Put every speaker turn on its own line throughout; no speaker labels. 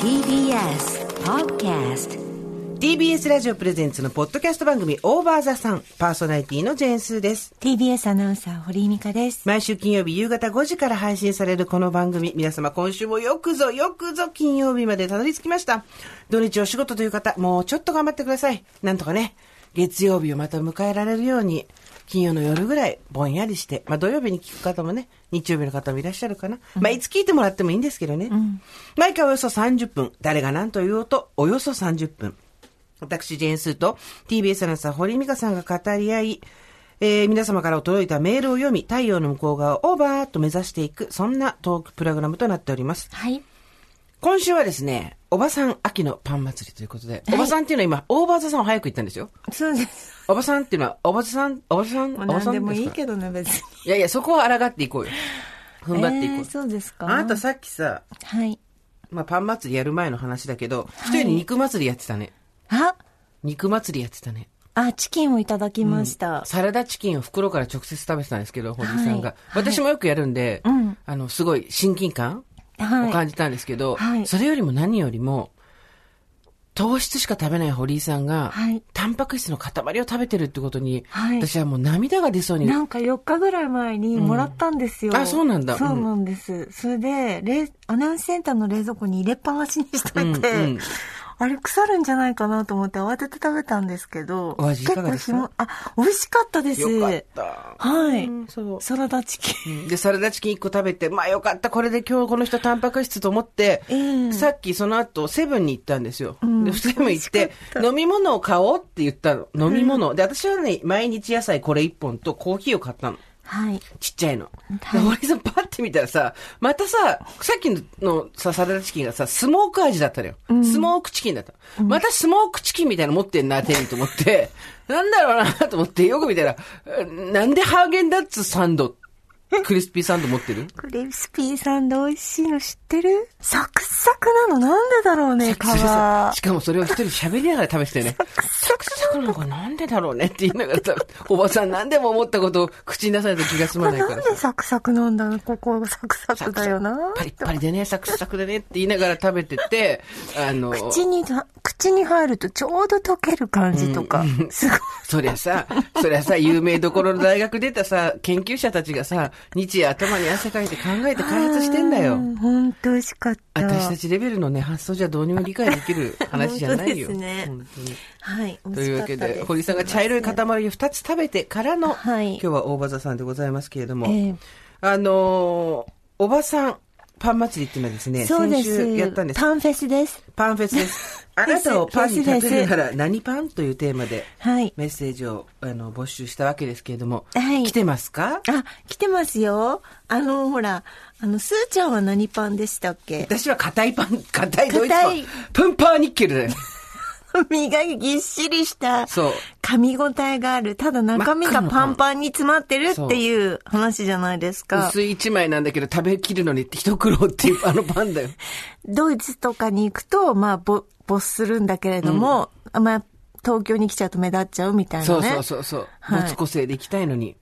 TBS Podcast
TBS ラジオプレゼンツのポッドキャスト番組オーバーザさんパーソナリティのジェーンスーです
TBS アナウンサー堀井美香です
毎週金曜日夕方5時から配信されるこの番組、皆様今週もよくぞよくぞ金曜日までたどり着きました。土日お仕事という方、もうちょっと頑張ってください。なんとかね、月曜日をまた迎えられるように、金曜の夜ぐらいぼんやりして、まあ土曜日に聞く方もね、日曜日の方もいらっしゃるかな。まあいつ聞いてもらってもいいんですけどね。毎回およそ30分、誰が何と言おうとおよそ30分。私、ジェーンスーと TBS アナウンサー、堀井美香さんが語り合い、えー皆様から届いたメールを読み、太陽の向こう側をオーバーと目指していく、そんなトークプログラムとなっております。
はい
今週はですね、おばさん秋のパン祭りということで、
い
おばさんっていうのは今、オーバーザさんを早く言ったんですよ。
そうです
おばさんっていうのは、おばさん、おばさん、
も
お
う
ば
何
さん
でも
す
い
か
いけどね別に
いやいや、そこは抗っていこうよ。踏ん張っていこう。
えーそうですか
あなたさっきさ、
はい
まあ、パン祭りやる前の話だけど、一人で肉祭りやってたね。
あ
肉祭りやってたね。
あチキンをいただきました、
サラダチキンを袋から直接食べてたんですけど、堀井さんが。
はい
私もよくやるんで、
うん
あの、すごい親近感を
は
感
い
じたんですけど、
はい
それよりも何よりも、糖質しか食べない堀井さんが、
はい
タンパク質の塊を食べてるってことに、
はい
私はもう涙が出そうに。
なんか4日ぐらい前にもらったんですよ、
うんあそうなんだ
そうなんです、それで冷アナウンスセンターの冷蔵庫に入れっぱなしにしといて、
うんうん
あれ腐るんじゃないかなと思って慌てて食べたんですけど
お味いかがで
結構ひ
すか
もあ美味しかったです
よかった。
はい、
うんそう。
サラダチキン
うんで、サラダチキン1個食べて、まあよかった、これで今日この人タンパク質と思って、
ええ
さっきその後セブンに行ったんですよ。
ん
で、セブン行って、飲み物を買おうって言ったの。飲み物。で、私はね、毎日野菜これ1本とコーヒーを買ったの。
はい
ちっちゃいの。
は
で、
い
森さんパッて見たらさ、またさ、さっきのさ、サラダチキンがさ、スモーク味だったのよ。スモークチキンだったの。またスモークチキンみたいなの持ってんな、手にと思 って、なんだろうなと思って、よく見たら、えなんでハーゲンダッツサンド、クリスピーサンド持ってる
クリスピーサンド美味しいの知ってるサクサクなのなんでだろうね、皮。
それさ
サ
しかもそれを一人喋りながら食べてたよね。
クサク
サクなんかなんでだろうねって言いながら食べて、 おばさん何でも思ったことを口に出さないと気が済
こ
ま
れ
ない
な
か ら
ん
さ
でサクサクなんだろうここサクサクだよな。
パリッパリでね、サクサクでねって言いながら食べてて、あの、
口にだ、口に入るとちょうど溶ける感じとか。 すごい。
そりゃさ、そりゃさ、有名どころの大学出たさ、研究者たちがさ、日夜頭に汗かいて考えて開発してんだ
う
よ。
ん。ほんと美味しかった。
私たちレベルのね、発想じゃどうにも理解できる話じゃない
本
よ。
当ですね
本当に
はい。
というわけで、堀さんが茶色い塊を2つ食べてからの、
はい
今日は大場座さんでございますけれども、
ええ
あのーおばさんパン祭りっていうのはですね、
そうで
先
す。
週やったんです。
パンフェス です。
パンフェスです。あなたをパンに例えるなら何パンというテーマで
はい。
メッセージをあの募集したわけですけれども、
はい
来てますか
あ、来てますよ。あの、ほら、あの、すーちゃんは何パンでしたっけ
私は硬いパン、硬いドイツパ
硬
ン
い。
プンパーニッケルだよ。
身がぎっしりした。
そう
噛み応えがある。ただ中身がパンパンに詰まってるっていう話じゃないですか。
薄い一枚なんだけど食べきるのに一苦労っていうあのパンだよ。
ドイツとかに行くと、まあ、ぼ、没するんだけれども、まあ、東京に来ちゃうと目立っちゃうみたいなね。
そうそうそうそう。
はい
もつ個性で行きたいのに。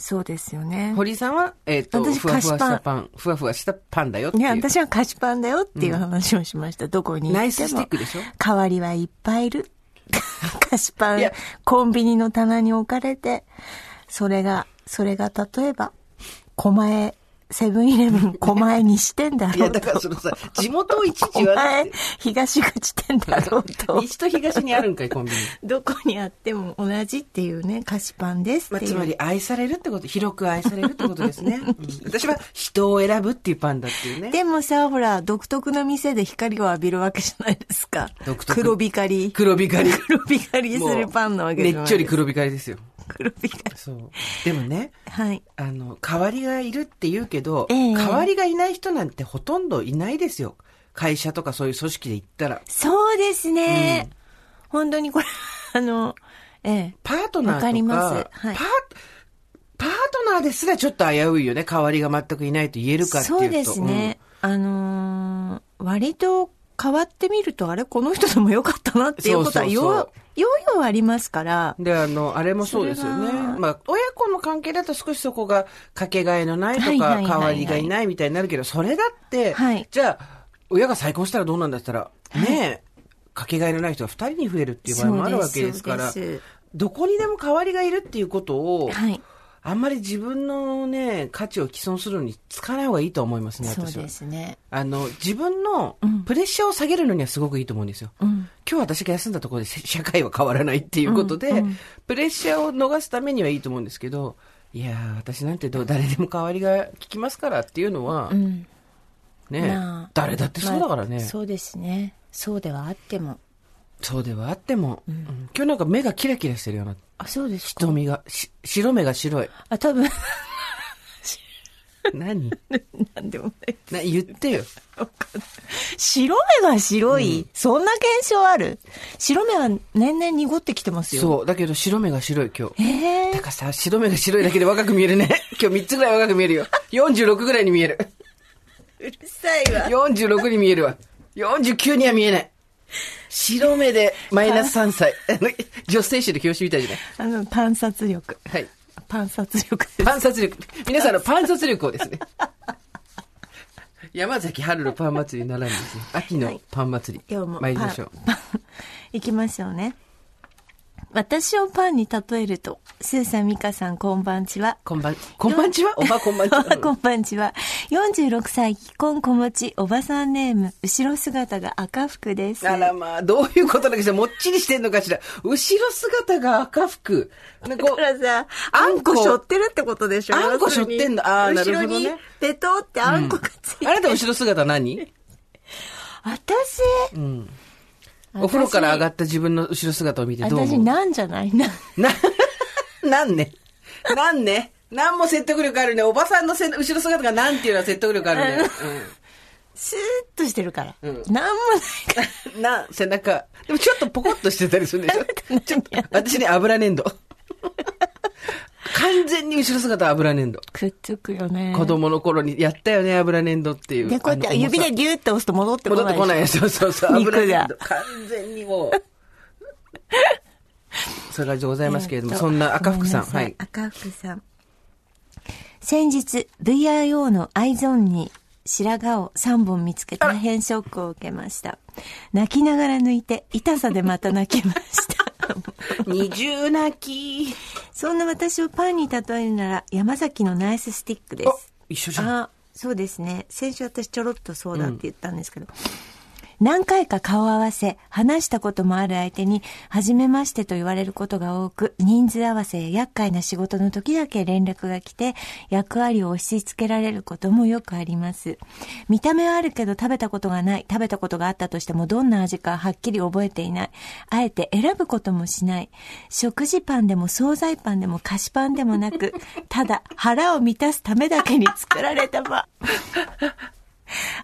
そうですよね。
堀井さんは、えっ、と、
私
ふわふわした
菓子
パン、ふわふわしたパンだよっていう。
ね、私は菓子パンだよっていう話をしました。どこに行っても。
ナイススティックでしょ
代わりはいっぱいい る。菓子パ
い
ン
や、
コンビニの棚に置かれて、それが、それが例えば、狛江、セブンイレブ ン狛江西店だ
い
ろ
や、
う
だ
と。
からそのさ、地元をいちいち言わな
狛
く
江
て。、
東口店だろうと。
西と東にあるんかい、コンビニ。
どこにあっても同じっていうね、菓子パンです
ま
っ
あ、
てい
つ
う。
まり愛されるってこと、広く愛されるってことですね。 うん私は人を選ぶっていうパンだっていうね。
でもさ、ほら、独特の店で光を浴びるわけじゃないですか。
独特
黒光り。
黒光り。
黒光りするパンなわけじゃない
ね
で
っ
す
ちょり黒光りですよ。
黒光り。
そう。でもね、
はい。
あの、代わりがいるって言うけど、
ええ
代わりがいない人なんてほとんどいないですよ。会社とかそういう組織で言ったら。
そうですね。本当にこれ、 あの、ええ。
パートナーとか、
わかりますはい
パーパートナーですらちょっと危ういよね。代わりが全くいないと言えるかっていうと。
そうですね。あのー割と変わってみると、あれ、この人でもよかったなっていうことは
そう
よ、
そうそう
ようようありますから
う。ん。で、あの、あれもそうですよ
それ
ね。
は
まあ、親子の関係だと少しそこがかけがえのないと
はいはい
か、
はいはい
代わりがいないみたいになるけど、それだって、
はい
じゃあ、親が再婚したらどうなんだったら、ねえ、かけがえのない人が二人に増えるっていう場合もあるわけですから、
そうです
どこにでも代わりがいるっていうことを、
はい
あんまり自分のね、価値を毀損するのに使わない方がいいと思いますね、
そう
私は
で。すね。
あの、自分のプレッシャーを下げるのにはすごくいいと思うんですよ。
ん
今日私が休んだところで せ社会は変わらないっていうことで、プレッシャーを逃すためにはいいと思うんですけど、いやー、私なんてどう誰でも代わりが効きますからっていうのは、
うん。
ね、
まあ
誰だってそうだからね。
まあそうですね。そうではあっても。
そうではあっても、うん今日なんか目がキラキラしてるような、
あ、そうですか。
瞳が、し白目が白い。
あ、多 分。
何
なんでもない。
な言ってよ。
白目が白い、そんな現象ある白目は年々濁ってきてますよ。
そう、だけど白目が白い今日。
え
だ
ー
からさ、白目が白いだけで若く見えるね。今日3つぐらい若く見えるよ。46ぐらいに見える。
うるさいわ。
46に見えるわ。49には見えない。白目でマイナス3歳。 あの女性誌の教師みたいじゃない。
あの、観察力。
はい。
観察力です。
観察力。皆さんの観察力をですね。山崎春のパン祭りならんですね。秋のパン祭り。
今日も
参りましょう。
パンパン行きましょうね。私をパンに例えると、スーさん、ミカさん、こんばんちは。
こんばん、こんばんちはおばこんばんち
おばこ
は。
んばんちは。46歳、既婚子持ち、おばさんネーム、後ろ姿が赤服です。
あらまあ、どういうことだけど、もっちりしてんのかしら。後ろ姿が赤服。なんかこ
だ
う
からさ、あんこ背負ってるってことでしょ
あんこ背負ってんのあーなるほどね
後ろに、ペトってあんこがついてる。
あなた後ろ姿何
私、
お風呂から上がった自分の後ろ姿を見てどう
私、
思
なんじゃないな。
うな、 なんね。なんね。なんも説得力あるね。おばさんのせ後ろ姿がなんていうのは説得力あるね。
スーッとしてるから。
う
なんんもないから。
うん、な、背中。でもちょっとポコッとしてたりするで しょ。 ちょっと
何や、
私ね、油粘土。完全に後ろ姿は油粘土。
くっつくよね。
子供の頃にやったよね、油粘土っていう。
で、こうやっ
あの
て
重さ
指でギューって押すと戻ってこ
戻
ない。
ってこない。そうそうそう。
肉
油
が
粘土。完全 にもう。それがでございますけれども、
えっと
そんな赤福さん。
ごめ
は。
ない赤福さん。先日、VIO の iZone に白髪を3本見つけ大変ショックを受けました。泣きながら抜いて、痛さでまた泣きました。
二重泣き。
そんな私をパンに例えるなら、山崎のナイススティックで
あ
す。、
一緒じゃん。
あ、そうですね。先週私ちょろっとそうだって言ったんですけど。何回か顔合わせ、話したこともある相手に、初めましてと言われることが多く、人数合わせや厄介な仕事の時だけ連絡が来て、役割を押し付けられることもよくあります。見た目はあるけど食べたことがない、食べたことがあったとしてもどんな味かはっきり覚えていない、あえて選ぶこともしない、食事パンでも惣菜パンでも菓子パンでもなく、ただ腹を満たすためだけに作られたパン。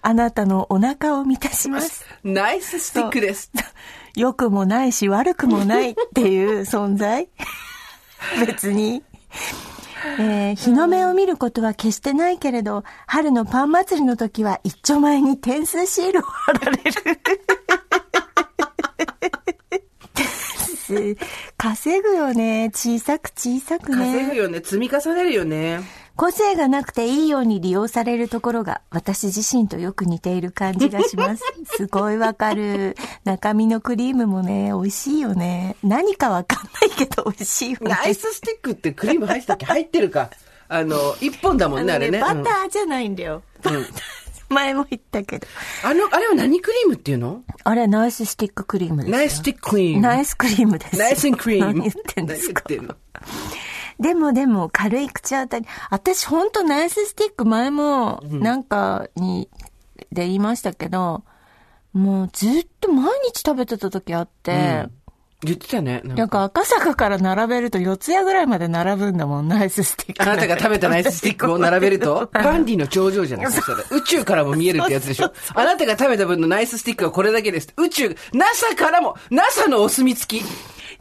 あなたのお腹を満たします。
ナイススティックです。
良くもないし悪くもないっていう存在 別に。えー日の目を見ることは決してないけれど、春のパン祭りの時は一丁前に点数シールを貼られる。 点数稼ぐよね。小さく小さくね。
稼ぐよね。積み重ねるよね。
個性がなくていいように利用されるところが私自身とよく似ている感じがし ます。すごいわかる。中身のクリームもね、美味しいよね。何かわかんないけど美味しいよね。
ナイススティックってクリーム入ってたっ け入ってるか。あの、一本だも
あ
ん
の
ね、あれね。
バタ
うん
ーじゃないんだよ。
ん
前も言ったけど。
あの、あれは何クリームっていうの
あれ、ナイススティッククリームですよ。
ナイススティッククリーム。
ナイスクリームです。
ナイスクリーム。
何言ってんですか
何言ってんの
でもでも軽い口当たり。私ほんとナイススティック前もなんかに、で言いましたけど、もうずっと毎日食べてた時あって、
言ってたね。
なんか赤坂から並べると四谷ぐらいまで並ぶんだもん、ナイススティック。
あなたが食べたナイススティックを並べる と、バンディの頂上じゃないですか、それ。宇宙からも見えるってやつでしょ。あなたが食べた分のナイススティックはこれだけです。宇宙、NASA からも、NASA のお墨付き。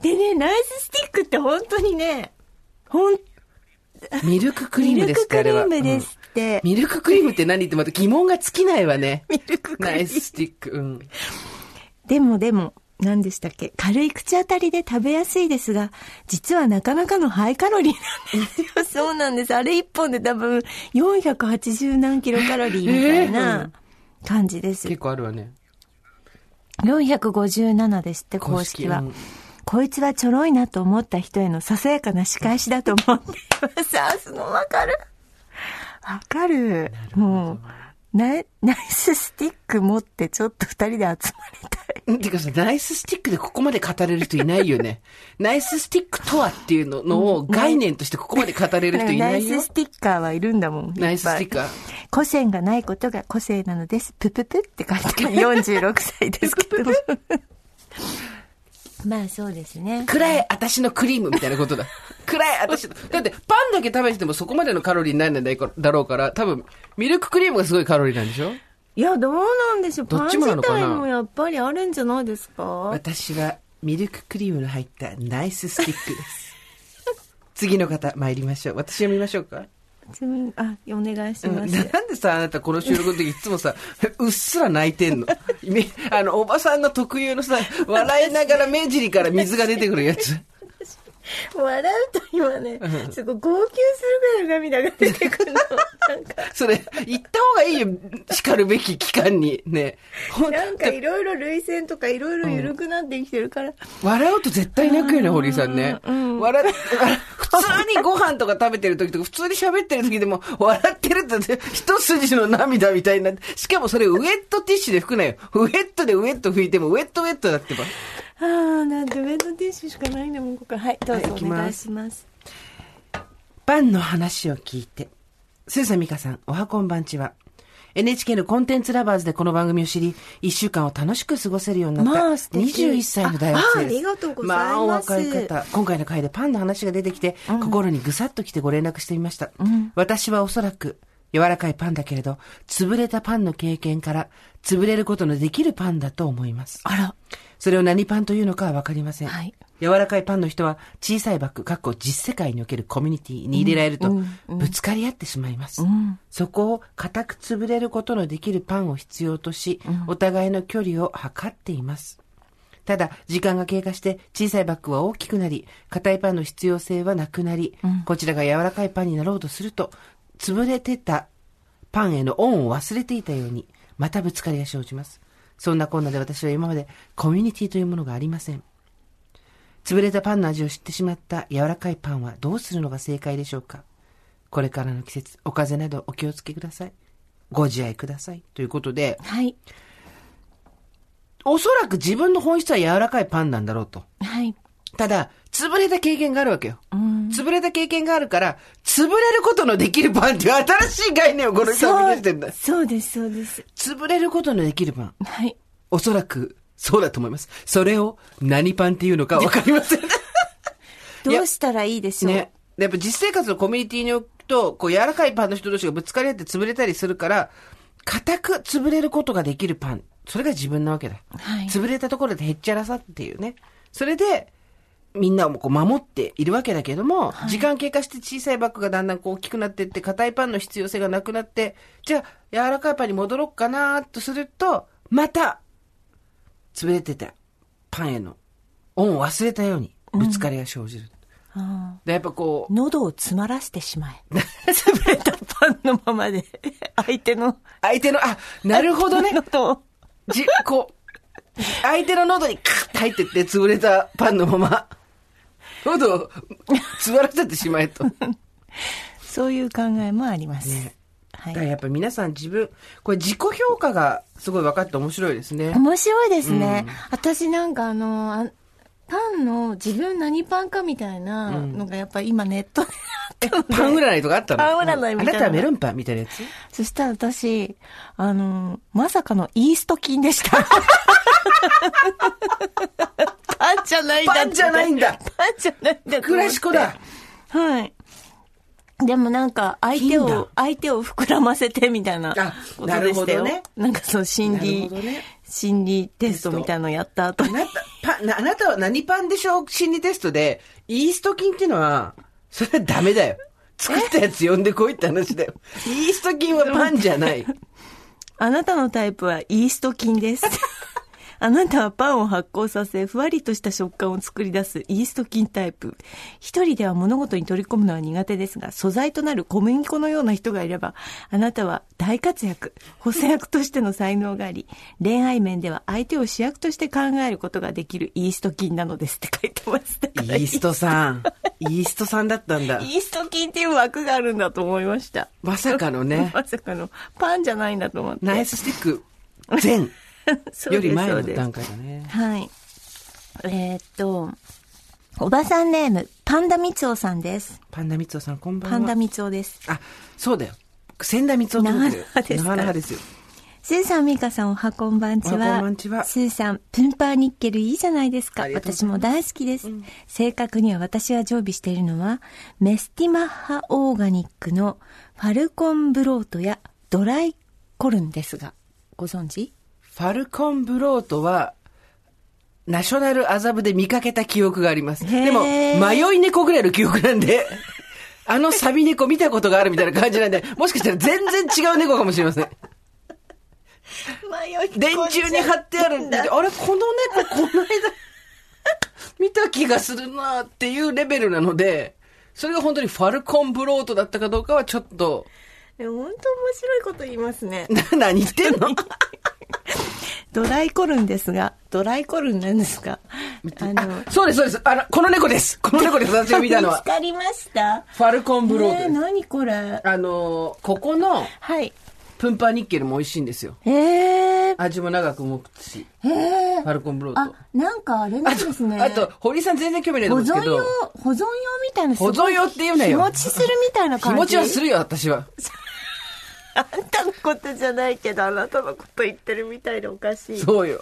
でね、ナイススティックって本当にね、ほん、
ミルククリ
ミ
ー
ル
ムで
ク
すって、
ク
あ
リ
れは。
ームですっ
うん
て。
ミルククリームって何ってまた疑問が尽きないわね。
ミルククリーム
ナイススティック。うん。
でもでも、何でしたっけ軽い口当たりで食べやすいですが、実はなかなかのハイカロリーなんですよ。そうなんです。あれ一本で多分480何キロカロリーみたいな感じです。
結構あるわね。
457ですって、公式は。
公式
こいつはちょろいなと思った人へのささやかな仕返しだと思ってい ます。あ、そのわかる。わかる。もう、ナイナイススティック持ってちょっと二人で集まりたい。
うん。てかさ、ナイススティックでここまで語れる人いないよね。 ナイススティックとはっていうののを概念としてここまで語れる人い
な
なんい
か
よ
ナイス。スティッカーはいるんだもん。
ナイススティッ
ー。
カー。
個性がないことが個性なのです。プププって書いてあ る。46歳ですけども。 まあそうですね。
暗い私のクリームみたいなことだ。暗い私の。だって、パンだけ食べててもそこまでのカロリーにならないだろうから、多分、ミルククリームがすごいカロリーなんでしょ
いや、どうなんでしょう。
ど
パ
っ
ン
ちもな
自
のかな
体もやっぱりあるんじゃないですか
私は、ミルククリームの入ったナイススティック です。次の方、参りましょう。私読みましょうか。
ちなみにあ、お願いし
うんな
ま
ん
す。
でさ、あなたこの収録の時いつもさ、 うっすら泣いてんの。み あの、おばさんの特有のさ、笑いながら目尻から水が出てくるやつ。
笑うと今ね、すごい号泣するぐらい涙が出てくるの。 なんか、
それ、言った方がいいよ。叱るべき期間に。ね。ほん
なんかいろいろ涙腺とかいろいろ緩くなってきてるから、
笑うと絶対泣くよね、堀井さんね。笑っ、 笑普通にご飯とか食べてる時とか、普通に喋ってる時でも、笑ってると、一筋の涙みたいになって、しかもそれウェットティッシュで拭くなよ。ウェットでウェット拭いても、ウェットウェットだってば。
ああ、なんてウェットティッシュしかないんだもん、ここ。はい、どうぞ
はい行き
お
ます
願いします。
パンの話を聞いて。スーサミカさん、おはこんばんちは。NHK のコンテンツラバーズでこの番組を知り、一週間を楽しく過ごせるようになった。
まあ素敵
21歳の大学生です。
あありがとうございます
まあ、お若い方。今回の回でパンの話が出てきて、心にぐさっときてご連絡してみました。私はおそらく、柔らかいパンだけれど、潰れたパンの経験から、潰れることのできるパンだと思います。
あら、
それを何パンというのかはわかりません。
はい
柔らかいパンの人は小さいバッグ、かっこ実世界におけるコミュニティに入れられると、ぶつかり合ってしまいます。そこを固く潰れることのできるパンを必要とし、お互いの距離を測っています。ただ、時間が経過して小さいバッグは大きくなり、硬いパンの必要性はなくなり、こちらが柔らかいパンになろうとすると、潰れてたパンへの恩を忘れていたように、またぶつかりが生じます。そんなこんなで私は今までコミュニティというものがありません。潰れたパンの味を知ってしまった柔らかいパンはどうするのが正解でしょうかこれからの季節、お風邪などお気をつけください。ご自愛ください。ということで、
はい、
おそらく自分の本質は柔らかいパンなんだろうと。
はい。
ただ、潰れた経験があるわけよ。潰れた経験があるから、潰れることのできるパンっていう新しい概念をこの人は生み出してんだ。
そうです、そうです。
潰れることのできるパン。
はい。
おそらく、そうだと思います。それを何パンっていうのかわかりま せん。
どうしたらいいでしょう、
ね。やっぱ実生活のコミュニティに置くと、こう柔らかいパンの人同士がぶつかり合って潰れたりするから、固く潰れることができるパン。それが自分なわけだ。
はい
潰れたところでへっちゃらさっていうね。それで、みんなをこう守っているわけだけども、時間経過して小さいバッグがだんだんこう大きくなっていって、硬いパンの必要性がなくなって、じゃあ柔らかいパンに戻ろうかなとすると、また、潰れてたパンへの恩を忘れたように、ぶつかりが生じる。
あ
でやっぱこう
ー、喉を詰まらせてしま え。潰れたパンのままで、 相手の
相手の、あ、なるほどね。
喉を。
じ、こう、相手の喉にカッて入ってって潰れたパンのまま、喉を詰まらせてしまえと。
そういう考えもあります。
ね
は
だ
い
からやっぱ皆さん自分、これ自己評価がすごい分かって面白いですね。
面白いですね、私なんかあのあパンの自分何パンかみたいなのがやっぱ今ネットであったので
パン占いとかあったの
パン占いみたいな
あなたはメロンパンみたいなやつ
そしたら私あのまさかのイースト菌でしたパンじゃないんだ
パンじゃないんだ
パンじゃないんだと思って
クラシコだ
はいでもなんか相手
菌だ
を相手を膨らませてみたいな
あ
ことでしたよ
なるほどね
なんかその心
なる
理、
ほどね
心理テストみたいのやった後
あなた、パン、なあなたは何パンでしょう心理テストで、イースト菌っていうのは、それはダメだよ。作ったやつ呼んでこいって話だよ。イースト菌はパンじゃない。
あなたのタイプはイースト菌です。あなたはパンを発酵させ、ふわりとした食感を作り出すイースト菌タイプ。一人では物事に取り込むのは苦手ですが、素材となる小麦粉のような人がいれば、あなたは大活躍、補正役としての才能があり、恋愛面では相手を主役として考えることができるイースト菌なのですって書いてました
イーストさん。イーストさんだったんだ。
イースト菌っていう枠があるんだと思いました。
まさかのね
まさかの。パンじゃないんだと思って。
ナイススティック前
そう
よ
で
り
す
前
そ
の
うです
段階だね。
はい。えーっと、おばさんネーム、パンダみつおさんです。
パンダミツオさん、こんばんは。
パンダみつおです。
あ、そうだよ。千田光夫ってことだ
長
よ。長
良
良
派
ですよ。
スーさん、ミカさん、おはこんばんちは。
おはこんばんちは
スーさん、プンパーニッケルいいじゃないですか
あ。りがとうござ
私
いま
も大好きです。正確には私は常備しているのは、メスティマッハオーガニックのファルコンブロートやドライコルンですが、ご存知
ファルコンブロートは、ナショナル麻布で見かけた記憶があります。
へー
でも、迷い猫ぐらいの記憶なんで、あのサビ猫見たことがあるみたいな感じなんで、もしかしたら全然違う猫かもしれません。電柱に貼ってあるんで、あれ、この猫 この間、見た気がするなっていうレベルなので、それが本当にファルコンブロートだったかどうかはちょっと、
え本当面白いこと言いますね。
な何言ってんの
ドライコルンですが、ドライコルンなんですが、あの、
あそうです、そうです。あの、この猫です。この猫です、私が見たの
見
は
つ。かりました
ファルコンブロー
え
ト
ー、
です。
何これ
あのーここの
はい。
プンパーニッケルも美味しいんですよ。
えー、
味も長く持つし、
え
フ
ー、
ァルコンブロー
あ
ト。、
なんかあれなん
あ
です
と、
ね。
あと、堀井さん全然興味ないと
保
思うんです
存
けど
用、、保存用みたいな。
保存用って言うなよ
日持ちするみたいな
日
感じ。
持ちはす
る。
るよ、私は。
あんたのことじゃないけど、あなたのこと言ってるみたいでおかしい。
そうよ。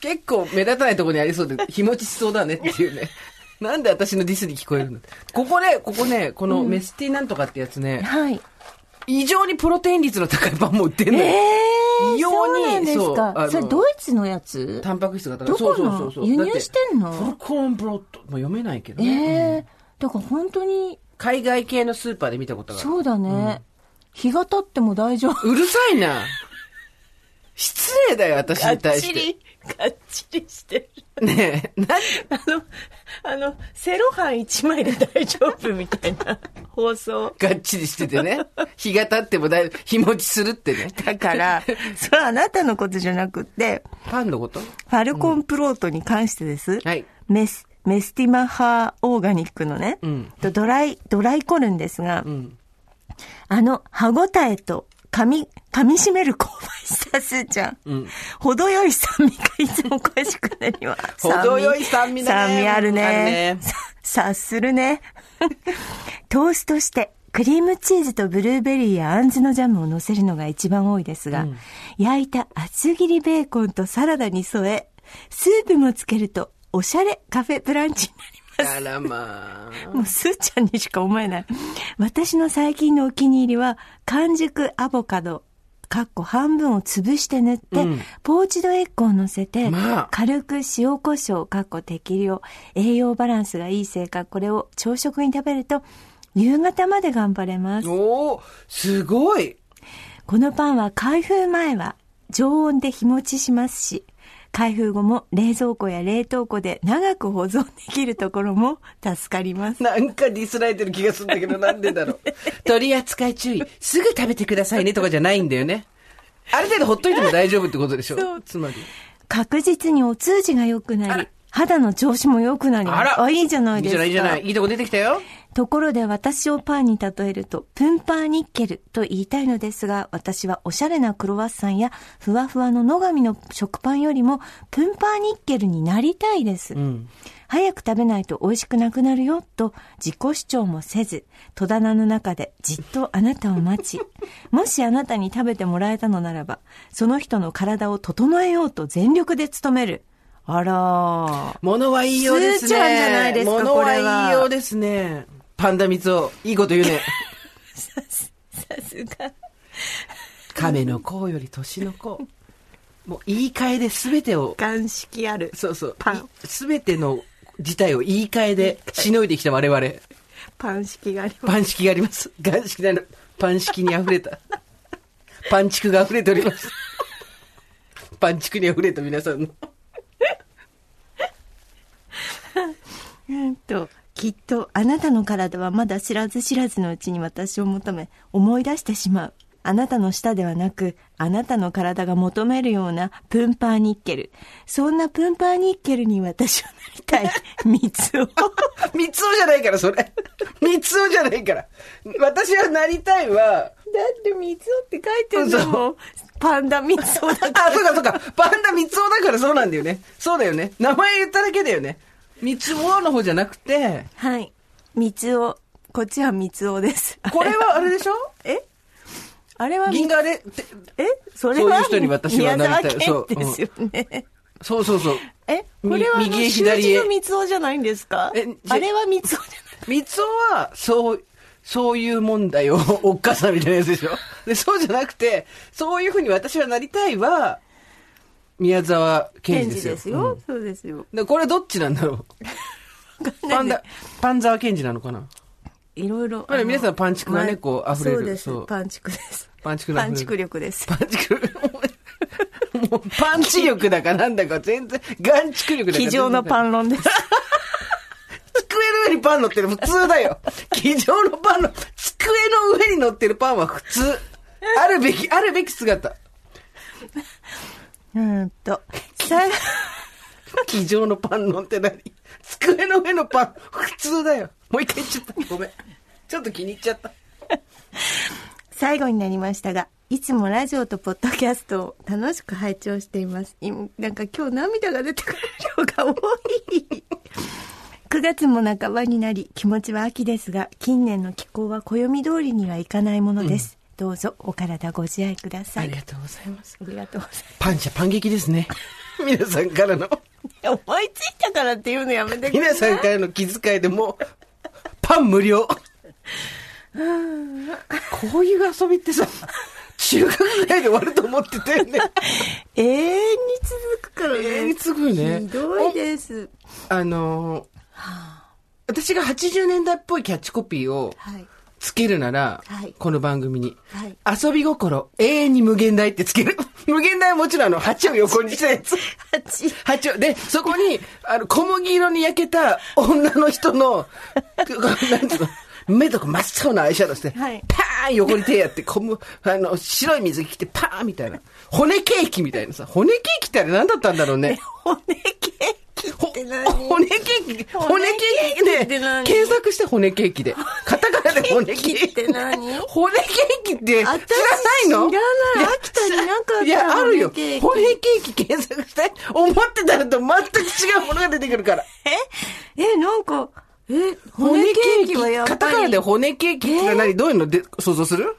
結構目立たないところにありそうで、日持ちしそうだねっていうね。なんで私のディスに聞こえるのここね、ここね、このメスティなんとかってやつね、
はい。
異常にプロテイン率の高いパンも売ってん
え
のよ。
ー、
異様
そう
に
なんです
そうあ
か。
の
それドイツのやつ
タンパク質が高い。
どこの
そうそうそうそう
輸入してんの
だってフルコンブロット。もう読めないけど
え
ね。
ー、だから本当に、
海外系のスーパーで見たことがある。
そうだね。日が経っても大丈夫。
うるさいな。失礼だよ、私
が
に
っ
対
ち
し
り、がっちりしてる。
て。ねえ、なん
あの、あの、セロハン1枚で大丈夫みたい な放送。
がっちりしててね。日が経ってもだいぶ日持ちするってね。
だ から、それはあなたのことじゃなくって、
パンのこと
ファルコンプロートに関してです。
はい
メス、メスティマハーオーガニックのね、
ん
とドライ、ドライコルンですが、
ん
あの、歯ごたえと、噛み、噛み締める香ばしさ、すーちゃん。程よい酸味がいつも恋しくなります。
程よい酸味だね
酸味あるね。
あるね
さ察するね。 トーストして、クリームチーズとブルーベリーやあんずのジャムを乗せるのが一番多いですが、焼いた厚切りベーコンとサラダに添え、スープもつけると、おしゃれカフェブランチになります。
あらまあ。
もうすーちゃんにしか思えない。私の最近のお気に入りは、完熟アボカド、かっこ半分を潰して塗って、ポーチドエッグを乗せて、
まあ
軽く塩コショウ、かっこ適量、栄養バランスがいいせいか、これを朝食に食べると、夕方まで頑張れます。
おー、すごい。
このパンは開封前は常温で日持ちしますし、開封後も冷蔵庫や冷凍庫で長く保存できるところも助かります。
なんかディスられてる気がするんだけど、なんでだろう。取り扱い注意。すぐ食べてくださいねとかじゃないんだよね。ある程度ほっといても大丈夫ってことでしょそう。つまり。
確実にお通じが良くなり、肌の調子も良くなります。
あら
いいじゃない
いい
で
じ
すか。
ゃない、いいじゃない。いいとこ出てきたよ。
ところで私をパンに例えると、プンパーニッケルと言いたいのですが、私はおしゃれなクロワッサンやふわふわの野上の食パンよりも、プンパーニッケルになりたいです。早く食べないと美味しくなくなるよ、と自己主張もせず、戸棚の中でじっとあなたを待ち、 もしあなたに食べてもらえたのならば、その人の体を整えようと全力で努める。あらー。
物はいいようですね。
スーちゃんじゃないですか
物
こ
は
れはい
いようですね。パンダミツオ、いいこと言 うね。
さすが。
亀の子より年の子。もう言い換えで全てを、
鑑識ある。
そうそう
パン、
い全ての事態を言い換えでしのいできた我々。
パン式があります。
パン式があります。ガン式なの。パン式に溢れた。パンチクが溢れております。パンチクに溢れた皆さんの。
と、きっとあなたの体はまだ知らず知らずのうちに私を求め、思い出してしまう。あなたの舌ではなく、あなたの体が求めるようなプンパーニッケル。そんなプンパーニッケルに私はなりたい。三つを。
三つ男じゃないから、それ。三つ男じゃないから。私はなりたいは、
って三つおって書いてるんだもん。
パンダ三つをだか
あ、そうかそうか。パンダ三つ男だからそうなんだよね。そうだよね。名前言っただけだよね。三つ男の方じゃなくて、
ら。はい。三つを。こっちは三つをです。
これはあれで しょ
えあれはみ
銀河で、て
えそれは
そういう人に私はなりたい
宮沢賢治ですよね。
そうそうそう。
え
み
これはあの
右へ
習
左
字
へ
の三つおじゃないんですか
えじ
あれは三つおじゃない。
三つ男は、そう、そういう問題をおっかさみたいなやつでしょで、そうじゃなくて、そういうふうに私はなりたいは、宮沢賢
賢
治で
治
すよ。
ですよ。そうですよ。
うんでこれどっちなんだろう。パンダ、パンザワ賢治なのかない
ろいろ。
まあ
あの
皆さんパンチクがね
前
こう溢れる
そうです
そう。
パンチクです。
パンチクが
パ
溢れる
ンチク力です。
パンチ力、 もうパンチ力だかなんだか全然、眼蓄力だか。
机上のパ
ン。
ン論です。
机の上にパン乗ってる普通だよ。机上のパンの、机の上に乗ってるパンは普通。あるべき、あるべき姿。
うーんと。 さ
机上のパン乗って何机の上のパン、普通だよ。もう一回言っちゃった。ごめん。ちょっと気に入っちゃった。
最後になりましたが、いつもラジオとポッドキャストを楽しく拝聴しています。今なんか今日涙が出てくる量が多い。9月も半ばになり、気持ちは秋ですが、近年の気候は暦通りにはいかないものです。どうぞお体ご自愛くださ
あ
い。
りが
あ
とうございます。
りがとうございます。
パンチャパン劇ですね。 皆さんからの、
思いついたからっていうのやめてくだ
皆
さい。
さんからの気遣いでもう、パン無料。こういう遊びってさ、中学ぐらいで終わると思ってたよね。
永遠に続くからね。
永遠に続くね
ひどいです。
あのー私が80年代っぽいキャッチコピーを
はい。
つけるなら、
はい
この番組に、
はい
遊び心、永遠に無限大ってつける。 無限大はもちろんあの、鉢を横にしたやつ。
八。
八丁で、そこに、あの、小麦色に焼けた女の人の、 なんていうの、目とか真っ青なアイシャドウして、
はい
パーン横に手やって、小む、あの、白い水着着て、パーンみたいな。骨ケーキみたいなさ、骨ケーキってあれ何だったんだろうね。
骨ケーキっ
ほ
て何
骨ケーキ、骨ケー
骨ケーキ
キ
っ
で
て何
検索して骨ケーキで。カタカナで骨ケー
骨
キ。
ケーキって何
骨ケーキって知らないの
私知らない
や
秋田になかった
いや、あるよ。
骨ケ
骨
ーキ
ケーキ検索して、思ってたのと全く違うものが出てくるから。
え、え、なんか、え、骨ケーキはやっぱ
カ
り。
タカナで骨ケーキって何どういうので想像する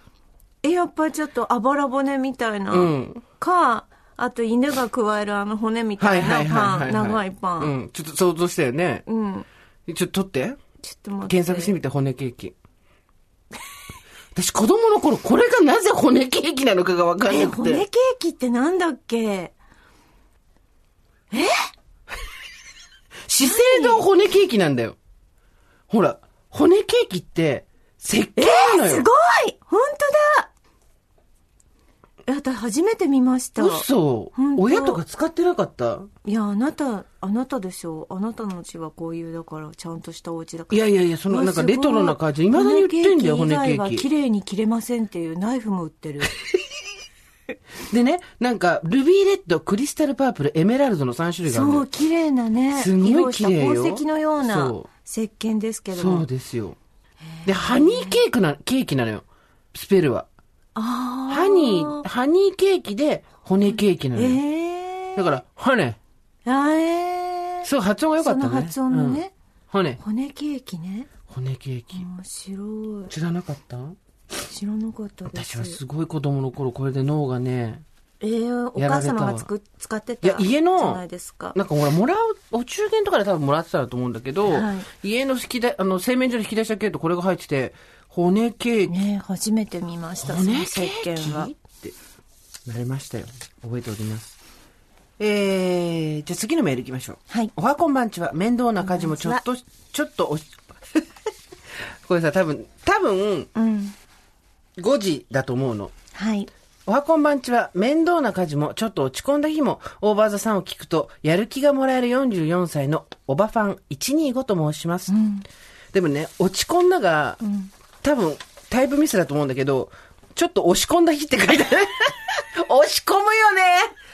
え、やっぱりちょっとあばら骨みたいな。
うん
か、あと犬がくわえるあの骨みたいなパン、長いパ
う
ン。
ん。ちょっと想像したよね。
うん。
ちょっと取って。
ちょっと待って。
検索してみて、骨ケーキ。私、子供の頃、これがなぜ骨ケーキなのかがわかん
え、
なく
骨ケー
て。
キってなんだっけ
資生堂骨ケーキなんだよ。ほら、骨ケーキって、石鹸なのよ。
すごい本当だえ、私初めて見ました。
嘘
本。当
親とか使ってなかった
いや、あなた、あなたでしょう。あなたの家はこういう、だから、ちゃんとしたお家だから。
いやいやいや、そのなんかレトロな感じ、未だに売ってんだよ、骨ケ
以外は
ー
綺
キ。
麗に切れませんっていうナイフも売ってる。
でね、なんか、ルビーレッド、クリスタルパープル、エメラルドの3種類があるの
そ
よ
う、綺麗なね。
すごい綺麗よ
色をした宝石のような
そう
石鹸ですけど
そ
も
う。ですよ。で、ハニーケーキな、ケーキなのよ。スペルは。
ああ。
ハニー、ハニーケーキで、骨ケーキなの
え
よ。
えー。
だから、ハネ。
あえー
そう、発音が良かったね。
その発音のね
うん。ハネ。
骨ケーキね。
骨ケーキ。
面白い。
知らなかった
知らなかったで
私
す。
はすごい子供の頃、これで脳がね、
ええー、お
やら
母
れたわ
様がつく使ってた
いや、家の、
じゃないですか。
なんかほら、もらう、お中元とかで多分もらってたと思うんだけど、
は
家の引き出、あの、製麺所の引き出しだけど、これが入ってて、骨ケーキ、
ねえ初めて見ました、その
骨
石
ケーキ
鹸は
っ。て、なりましたよ。覚えております。えー、じゃあ次のメール行きましょう。
はい
おはこんばんちは、面倒な家事もちょっと、ちょっとおし、 これさ、多分、多分、
うん。
5時だと思うの。
はい。
おはこんばんちは、面倒な家事も、ちょっと落ち込んだ日も、オーバーザさんを聞くと、やる気がもらえる44歳のおばファン125と申します。でもね、落ち込んだが、多分、タイプミスだと思うんだけど、ちょっと押し込んだ日って書いてある。押し込むよね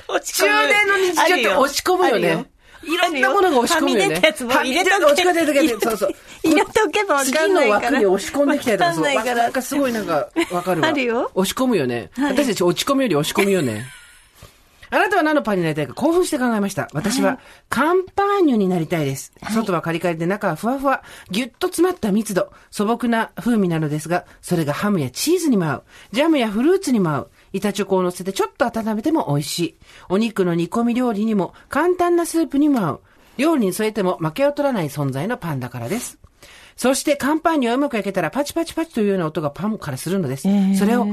落ち
中
込む
年の日常って押し込むよ
あるよ
ね。いろんなものが押し込むよ
はみ
ね。
出たやつも入れとけ
はみ出た落ち込んだやつがそうそう。
入れとけばわか
次
んな
の
いから
枠に押し込んできたりとか、
わかんないから
そうなんかすごいなんか、わかるわ。
あるよ
押し込むよね。私たち落ち込むより押し込むよね。あなたは何のパンになりたいか興奮して考えました。私は、カンパーニュになりたいです。外はカリカリで中はふわふわ。ぎゅっと詰まった密度。素朴な風味なのですが、それがハムやチーズにも合う。ジャムやフルーツにも合う。板チョコを乗せてちょっと温めても美味しい。お肉の煮込み料理にも、簡単なスープにも合う。料理に添えても負けを取らない存在のパンだからです。そして、カンパーニュをうまく焼けたら、パチパチパチというような音がパンからするのです。
ええ
それを、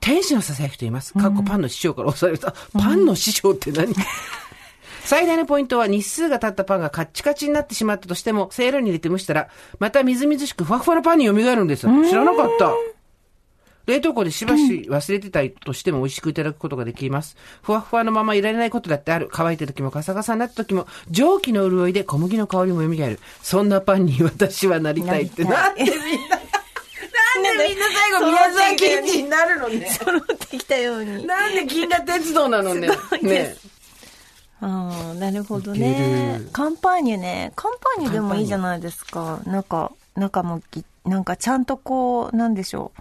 天使のささやきと言います。かっこパンの師匠から教われた。パンの師匠って何最大のポイントは日数が経ったパンがカッチカチになってしまったとしても、セールに入れて蒸したら、またみずみずしくふわふわのパンに蘇るんですよ。知らなかった。冷凍庫でしばし忘れてたりとしても美味しくいただくことができます。ふわふわのままいられないことだってある。乾いた時もカサカサになった時も、蒸気の潤いで小麦の香りも蘇る。そんなパンに私はなりたいって。な んでみんな、なんでみんな最後宮沢賢治になるのね。
揃ってきたよう に。
なんで銀河鉄道なのね。ね。
ああ、なるほど
いけ
ね
る。
カンパーニュね。カンパーニュでもいいじゃないですか。なんか、中もぎ、なんかちゃんとこう、なんでしょう。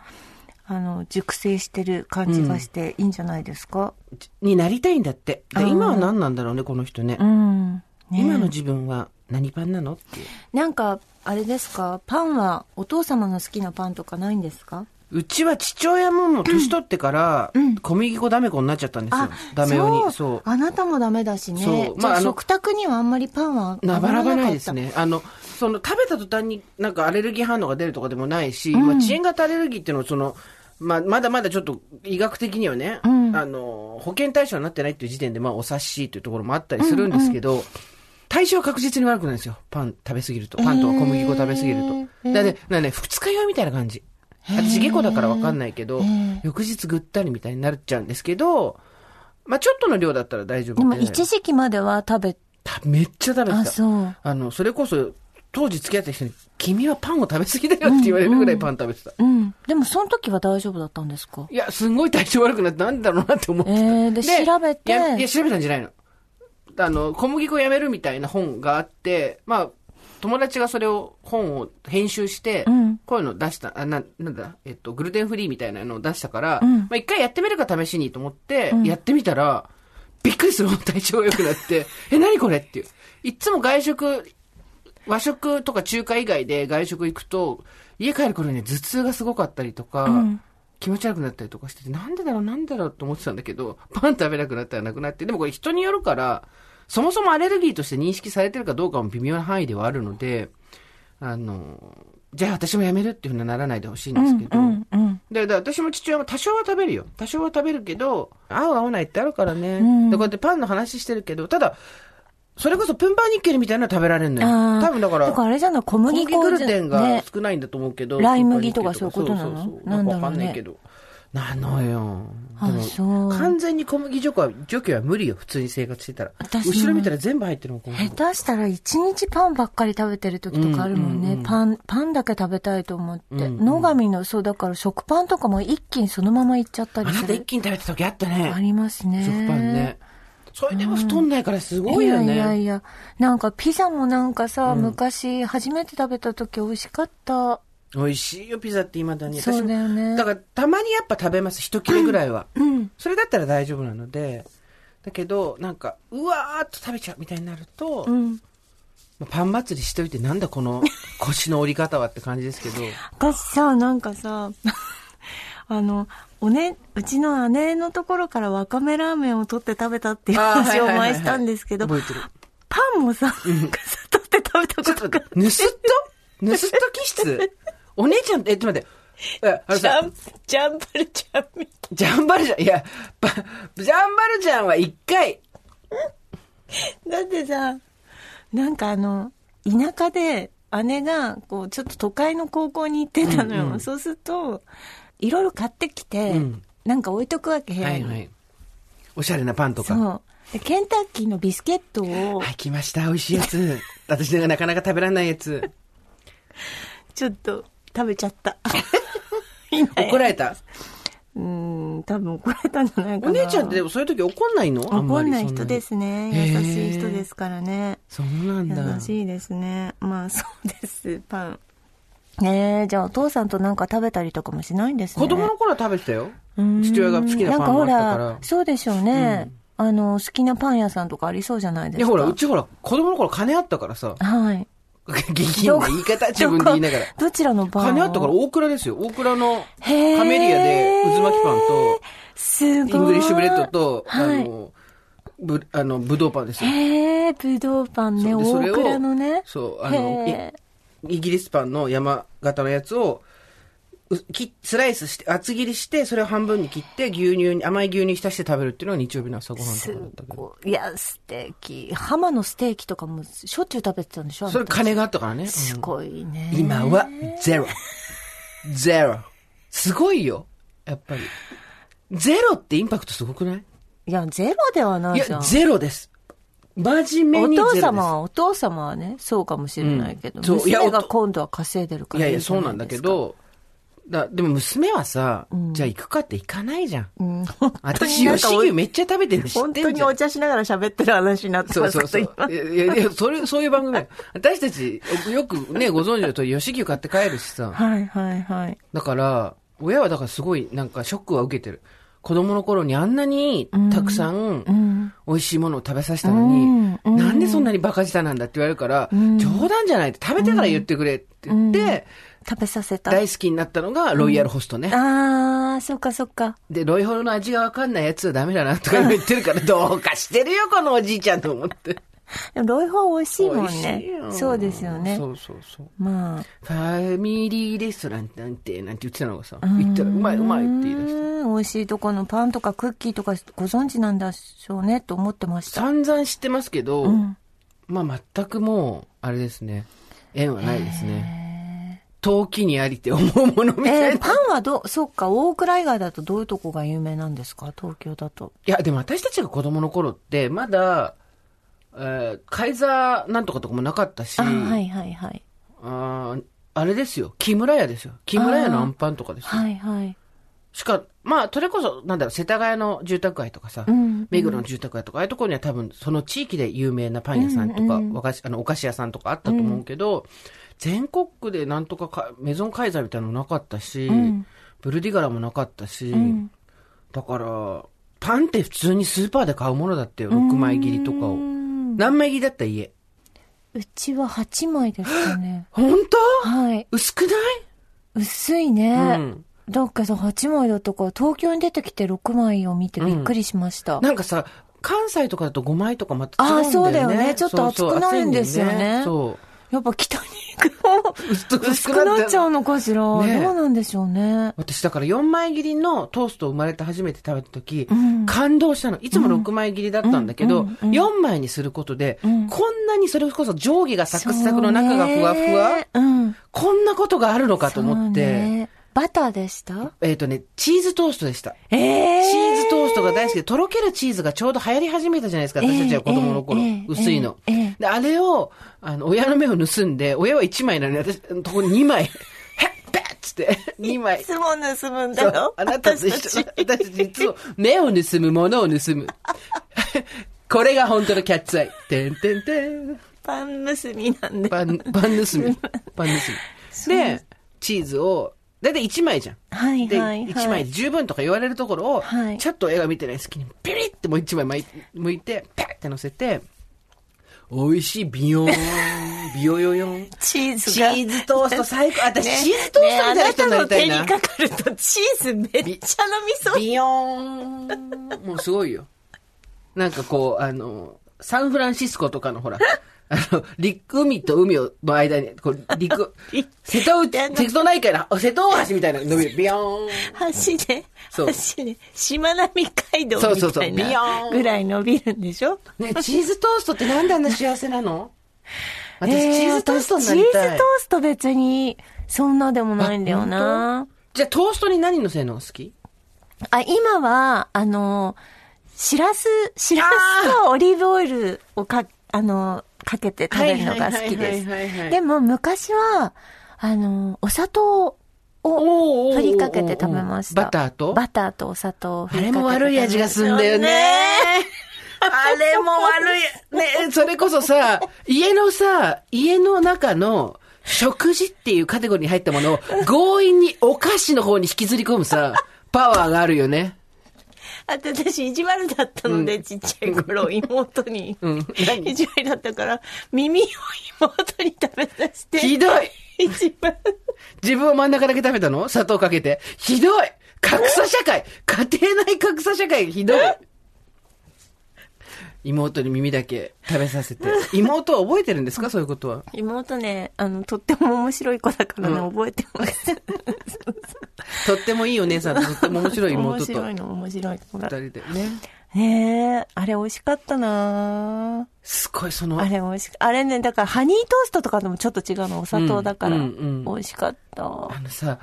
あの、熟成してる感じがしていいんじゃないですか。
になりたいんだって。だか
あ
ら
ー
今は何なんだろうね、この人ね
う。ん。ね
今の自分は何パンなのっていう。
なんか、あれですかパンはお父様の好きなパンとかないんですか
うちは父親ももう年取ってから、小麦粉ダメ子になっちゃったんですよ。ダメ男に。そう。
あなたもダメだしね。
そうまあ
じゃあ
あの
食卓にはあんまりパンは
なばらばないです
余
ね。あの、その食べた途端になんかアレルギー反応が出るとかでもないし、まあ遅延型アレルギーっていうのはその、まあ、まだまだちょっと医学的にはね、あの、保険対象になってないっていう時点で、まあ、お察しというところもあったりするんですけど、対象は確実に悪くないんですよ。パン食べ過ぎると。パンとか小麦粉食べ過ぎると。だね、なんね、二日酔いみたいな感じ。私、下戸だからわかんないけど、翌日ぐったりみたいになっちゃうんですけど、まあ、ちょっとの量だったら大丈夫
らなかった
み
でも
たいな
一時期までは食べ、
ためっちゃ食べてた。
あ、そう。
あの、それこそ、当時付き合ってた人に、君はパンを食べ過ぎだよって言われるぐらいパン食べてた。
うん。でもその時は大丈夫だったんですか
いや、すんごい体調悪くなって、なんでだろうなって思ってた。
えーで調べて
やいや、調べたんじゃないの。あの、小麦粉やめるみたいな本があって、まあ、友達がそれを、本を編集して、
ん
こういうの出した、あ、な、なんだ、えっと、グルテンフリーみたいなのを出したから、まあ一回やってみるか試しにと思って、やってみたら、びっくりするほど体調が良くなって、 え、何これっていう。いっつも外食、和食とか中華以外で外食行くと、家帰る頃にね、頭痛がすごかったりとか、気持ち悪くなったりとかしてて、なんでだろう、なんでだろうと思ってたんだけど、 パン食べなくなったらなくなって、でもこれ人によるから、そもそもアレルギーとして認識されてるかどうかも微妙な範囲ではあるので、あの、じゃあ私もやめるっていうふうにはならないでほしいんですけど、
うんうん。
で、だから私も父親も多少は食べるよ。多少は食べるけど、合う合わないってあるからね。で、こうやってパンの話してるけど、ただ、それこそプンバーニッケルみたいなのは食べられるの
あ
よ。
ー
多分だから、
だからあれじゃない小麦粉
グルテンが
ね
少ないんだと思うけど。
ねライ麦
プンバーニッ
と
ケル
かそういうことなの
そうそうそう
なんだろうね
かわかんないけど。なのよ。
あ
でも
そう
完全に小麦除去は、除去は無理よ。普通に生活してたら。
私も
後ろ見たら全部入ってるもん、小麦粉
下手したら一日パンばっかり食べてる時とかあるもんね。パン、パンだけ食べたいと思って。野上の、そうだから食パンとかも一気にそのままいっちゃったり
あな
す
た一
る。
気に食べた時あった
あ
ね。
りますね。
食パンね。それでも太んないからすごいよね。
いやいやいや。なんかピザもなんかさ、昔初めて食べた時美味しかった。
美味しいよ、ピザって未だに。
そうだよね
だから、たまにやっぱ食べます。一切れぐらいは。それだったら大丈夫なので。だけど、なんか、うわーっと食べちゃうみたいになると、
うん。
まあパン祭りしといて、なんだ この腰の折り方はって感じですけど。
私さ、なんかさ、 あの、おね、うちの姉のところからわかめラーメンを取って食べたっていう
あー は
話
いは
を
いはいはい
前したんですけど、
覚えてる。
パンもさ、 なんかさ取って食べた
ちょ
こ
っ
と
と
が
待っ。て、盗っ人盗っ人 気質お姉ちゃんって、え、ちょっと待って。えあの
ジ
さ
ャン、ジャンプルちゃんみたい。
ジャンバルジャン、いや、ばジャンバルジャンは一回、
だってさ、なんかあの、田舎で姉が、こう、ちょっと都会の高校に行ってたのよ。そうすると、いろいろ買ってきて、
うん
なんか置いとくわけ、部
は
屋
い
に。
はい。おしゃれなパンとか。
そう。でケンタッキーのビスケットを、
はい、来ました。美味しい やつ。私がなかなか食べられないやつ。
ちょっと食べちゃ った。いない
怒られた。
うーん、多分怒られたんじゃないか
お
な。
姉ちゃんってでもそういう時怒んないのあん
怒
まり
んない人ですね。
へー
優しい人ですからね。
そんなにそうなんだ。
優しいですね。ま あそうです、パン。ねえ、じゃあお父さんとなんか食べたりとかもしないんですね。
子供の頃は食べてたよ。
うん
父親が好きなパンがあったから
なんかほら、そうでしょうね。あの、好きなパン屋さんとかありそうじゃないです
い
か。
や、ほら、うちほら、子供の頃金あったか らさ。
はい。
激品な言い方、自分で言いながら
どこ。どちらのパンを
金あったから大倉ですよ。大倉のカ
へー
メリアで渦巻きパンと、
すごい。
イングリッシュブレッドと、
はい
あの、ぶ、あの、ぶどうパンですよ。
へえ、ぶどうパンね、
そうでそれ
大
を
倉のね。
そうあの
へ
イギリスパンの山形のやつを、うきスライスして、厚切りして、それを半分に切って、牛乳に、甘い牛乳に浸して食べるっていうのが日曜日の朝ご
え。
はんと
す
かだったけど。
ごい。いや、ステーキ。浜のステーキとかもしょっちゅう食べてたんでしょ
それ金があったからね。うん
すごいね。
今は、ゼロ。ゼロ。すごいよ。やっぱり。ゼロってインパクトすごくない
いや、ゼロではないいじゃ
や、
ん。
ゼロです。真面
お
目にゼロ
父
です。
様は、お父様はね、そうかもしれないけど、
うんそういや
娘が
おと
今度は稼いでるか
い
ら
やい
い
や、
いじゃ
そ
な
う
い
なんだけ
ですか。
ど、だでも娘はさ、じゃあ行くかって行かないじゃん。
うん、
私、吉牛めっちゃ食べてるの知っ
本
て
当
ん
に
じゃ
お
ん。
茶しながら喋ってる話になって
そう
ます
そ
け
う
ど、
そう。いやいやいや、それ、そういう番組だよ私たち、よくね、ご存知のとり、吉牛買って帰るしさ。
今はいはいはい。
だから、親はだからすごい、なんかショックは受けてる。子供の頃にあんなにたくさん美味しいものを食べさせたのに、
うんうん
なんでそんなにバカ舌なんだって言われるから、冗談じゃないって食べてから言ってくれって言って、
食べさせた。
大好きになったのがロイヤルホストね。
あー、そっかそっか。
で、ロイホルの味がわかんないやつはダメだなとか言ってるから、どうかしてるよ、このおじいちゃんと思って。
でもロイ ホー美味しいもん
美味しい
ね
よ。
そうですよね。
そうそうそう。
まあ。
ファミリーレストランなんて、なんて言ってたのがさ、言ったら、うまい、うまいって言い出して。
うーん美味しいとこのパンとかクッキーとかご存知なんでしょうねと思ってました。
散々知ってますけど、まあ全くもう、あれですね。縁はないですね。陶器にありって思うものみた
え
い
ー
な。
パンはどう、そっか、大倉以外だとどういうとこが有名なんですか東京だと。
いや、でも私たちが子供の頃って、まだ、えー、カイザーなんとかとかもなかったし、
あ、はいはいはい。
あーあれですよ。木村屋ですよ。木村屋のアンパンとかですよ。
はいはい。
しか、まあ、それこそ、なんだろう、世田谷の住宅街とかさ、
うん
目黒の住宅街とか、ああいうところには多分、その地域で有名なパン屋さんとか、和菓子あのお菓子屋さんとかあったと思うけど、全国区でなんとかかメゾン開催みたいなのなかったし、ブルディガラもなかったし、だから、パンって普通にスーパーで買うものだってよ、6枚切りとかを。何枚切りだった家。。
うちは8枚でしたね
本当
はい。
薄くない
薄いうね
ん。
だけど8枚だったから東京に出てきて6枚を見てびっくりしました。
なんかさ、関西とかだと5枚とかまた違うんだよね。
あそうだよねちょっと
そうそう
厚くなるんですよね
厚いんだそう。
やっぱ北に行く方
薄く
薄くなっちゃうのかしら、
ね
どうなんでしょうね。
私だから4枚切りのトーストを生まれて初めて食べた時、
ん
感動したの。いつも6枚切りだったんだけど、
うんうん
4枚にすることで、こんなにそれこそ上下がサクサクの中がふわふ
そう
わ
ね、うん。
こんなことがあるのかと思っ
そう
て、
ねバターでした
えっ、とね、チーズトーストでした。
ええ
チーズトーストが大好きで、とろけるチーズがちょうど流行り始めたじゃないですか、私たちは子供の頃。
ええええ
薄いの、
ええ
で、あれを、あの、親の目を盗んで、親は1枚なのに、私、ところに2枚。へっ べっつって、2枚。
質問盗むんだ
そう
よ。
あなたと一緒だ私たちいつも目を盗む、物を盗む。 これが本当のキャッツアイ。てんてんてん。
パン結びなんで。
パン、パン盗み。パン盗み。で、チーズを、だいたい1枚じゃん。
はい
で、
はい、はい。
1枚で十分とか言われるところを、
はい
ちょっと映画見てない隙に、ピリってもう1枚巻い剥いて、パッって乗せて、美味しい、ビヨ ーン、ビヨヨヨン。
チーズ
チ
が。
ーズトースト最高。私、
ね
チーズトーストみたいな人になりたい
ね
な。
あなたの手にかかるとチーズめっちゃ飲みそう。
ビヨーン。もうすごいよ。なんかこう、あの、サンフランシスコとか のほら、あの、陸、海と海をの間に、こう、 陸、瀬戸内、瀬戸内海の、瀬戸大橋みたいなのが伸びる。ビヨーン。
橋で、
そう
橋で、しまなみ海道
そう
み
そうそ
た
う
い
ビヨー
な
ン
ぐらい伸びるんでしょ
ねえチーズトーストってなんであんな幸せな の私、
え
チーズトーストになり
私チ
た
ー
い
ズト。ースト別に、そんなでもないんだよな。
じゃあ、トーストに何のせるのが好き
あ、今は、あの、しらす、しらすとオリーブオイルをか、あの、かけて食べるのが好きです。
はいはいはいはいはい
でも昔は、あの、お砂糖
おーおーお
を
ー
振りかけて食べました。
バターと
バターとお砂糖を振
あ
りかけ
れ
て
も悪い味がするんだよね
ね。
あれも悪い。ね、それこそさ、家のさ、家の中の食事っていうカテゴリーに入ったものを強引にお菓子の方に引きずり込むさ、パワーがあるよね。
あと私、意地悪だったので、ちっちゃい頃、妹に。
うん何
意地悪だったから、耳を妹に食べさせて。
ひどい
一番。
自分を真ん中だけ食べたの砂糖かけて。ひどい格差社会家庭内格差社会ひどい妹に耳だけ食べさせて。妹は覚えてるんですかそういうことは。
妹ね、あの、とっても面白い子だからね、
うん
覚えてます。
とってもいいお姉さんととっても面白い妹と
面白いの、面白い子
二
だ。
人でね。
ねえ、あれ美味しかったな
すごいその
あ、れ美味しかあれね、だからハニートーストとかでもちょっと違うの、お砂糖だから。
うんうんうん
美味しかった。
あのさ、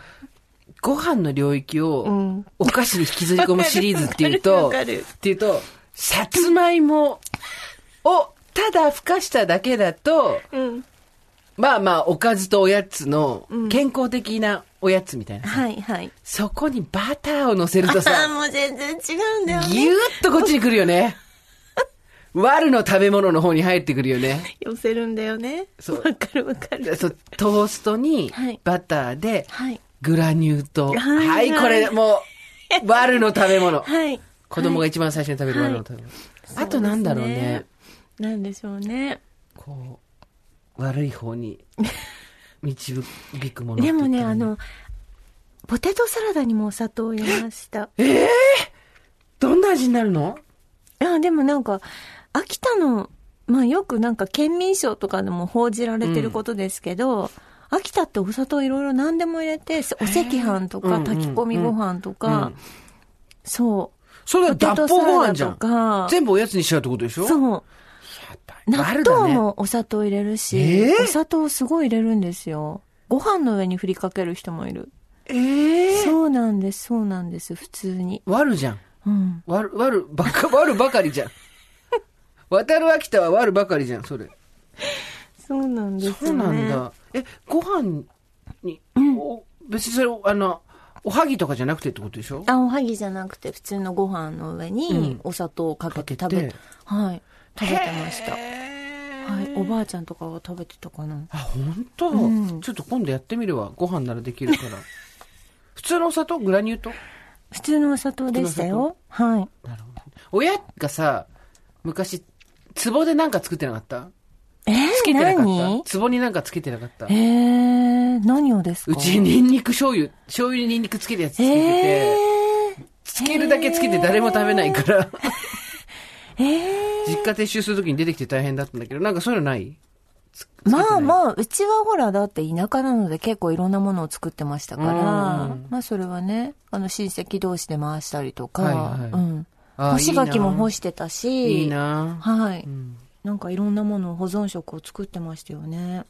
ご飯の領域を
ん
お菓子に引きずり込むシリーズっていうと、
わかるわかる
っていうと、さつまいもをただふかしただけだと、
うん。
まあまあおかずとおやつの健康的なおやつみたいな。
はい、はい。
そこにバターを乗せる
あ
と
あ、
さ、
もう全然違うんだよ
ぎゅ
ね。
ーっとこっちに来るよね。悪の食べ物の方に入ってくるよね。
寄せるんだよね。
そう
わかるわかる。
そうトーストに
はい
バターで
はい。
グラニュー糖。
はい
はい、
はい
これもう、ワルの食べ物。
はい。
子供が一番最初に食べるワルの食べ物。あとなんだろうね。
なんでしょうね。
こう、悪い方に導くものって
で
言った
も
ら
ね、あ、の、ポテトサラダにもお砂糖を入れました。
どんな味になるの
あ、でもなんか、秋田の、まあよくなんか県民賞とかでも報じられてることですけど、秋田ってお砂糖いろいろ何でも入れて、お赤飯と
う
か
んうん
炊き込みご飯と
う
か
ん、
そ
それ
う。
は脱法ご飯じゃ
と
ん。
か、
全部おやつにしちゃうってことでしょう。
そう。
やっぱり
納
悪だ
豆
ね。
もお砂糖入れるし、
えー
お砂糖すごい入れるんですよ。ご飯の上に振りかける人もいる。
ええ
そうなんです、そうなんです、普通に。
悪じゃん。
うん。
悪、悪、ばか、 悪ばかりじゃん。渡る秋田は悪ばかりじゃん、それ。
そうなんですよ、ね。
そうなんだ。え、ご飯に、お別にそれ、あの、おはぎとかじゃなくてってことでしょ
あ、おはぎじゃなくて普通のご飯の上
うん
にお砂糖をかけて
か
食
け
べ、
て
はい、食べてました。は
へー
い、おばあちゃんとかは食べてたかな。
あ、本当、
うん
ちょっと今度やってみるわ。ご飯ならできる から。普通のお砂糖グラニュー糖
普通のお砂糖でしたよ。はい。
なるほど。親がさ、昔、壺でなんか作ってなかった
えー、
つけてなかっ
何
た壺になんかつけてなかった
えー、何をですか
うちニンニク醤油、醤油にニンニクつけるやつつけてて、
え
つけるだけつけて誰も食べないから、
ー、え
実家撤収するときに出てきて大変だったんだけど、なんかそういうのない
ー、まあまあ、うちはほら、だって田舎なので結構いろんなものを作ってましたから、
うん
まあそれはね、あの親戚同士で回したりとか、
はいはい
うん。
あー
干し柿も干
い
してたし、
いな。いいな
はい。
うん
なんかいろんなものを保存食を作ってましたよね。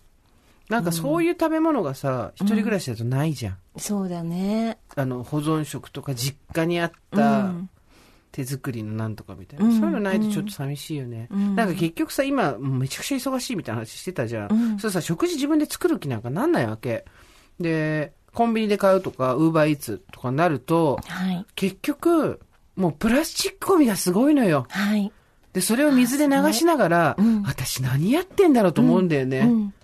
なんかそういう食べ物がさ、一人暮らしだとないじゃん。
そうだね。
あの、保存食とか実家にあっ
う
た
ん
手作りのなんとかみたいな。
うん
そういうのないとちょっと寂しいよね。
うん
なんか結局さ、今、もうめちゃくちゃ忙しいみたいな話してたじゃん。
うん
そうさ、食事自分で作る気なんかなんないわけ。で、コンビニで買うとか、ウーバーイーツとかになると、
はい。
結局、もうプラスチックゴミがすごいのよ。
はい。
で、それを水で流しながら、
うん
私何やってんだろうと思うんだよね。
うん。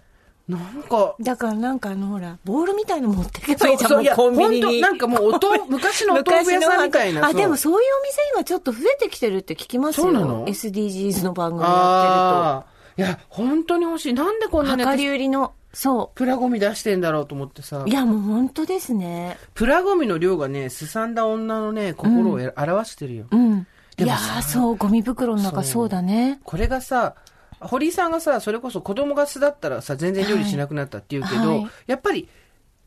なんか、
だからなんかあのほら、ボールみたいの持ってけばい
そ
いうじゃん、
そう、い
も
や、
うコンビニ
ほんと
に。
なんかもう おと、昔のお豆腐屋さんみたいな。
あ、
そう
でもそういうお店今ちょっと増えてきてるって聞きますよ。
そうなの
?SDGs の番組や
ああー。いや、本当に欲しい。なんでこん
って
な
る
ね
と。、量り売りの、そ
プラゴミ出してんだろうと思ってさ
う。い。や、もう本当ですね。
プラゴミの量がね、すさんだ女のね、心をえ表してるよ。
うん。い
でも
や
さ
ー、そう、ゴミ袋の中
そう
そうだね。
これがさ、堀井さんがさ、それこそ子供が巣だったらさ、全然料理しなくなったって言うけど、
はいはい
やっぱり、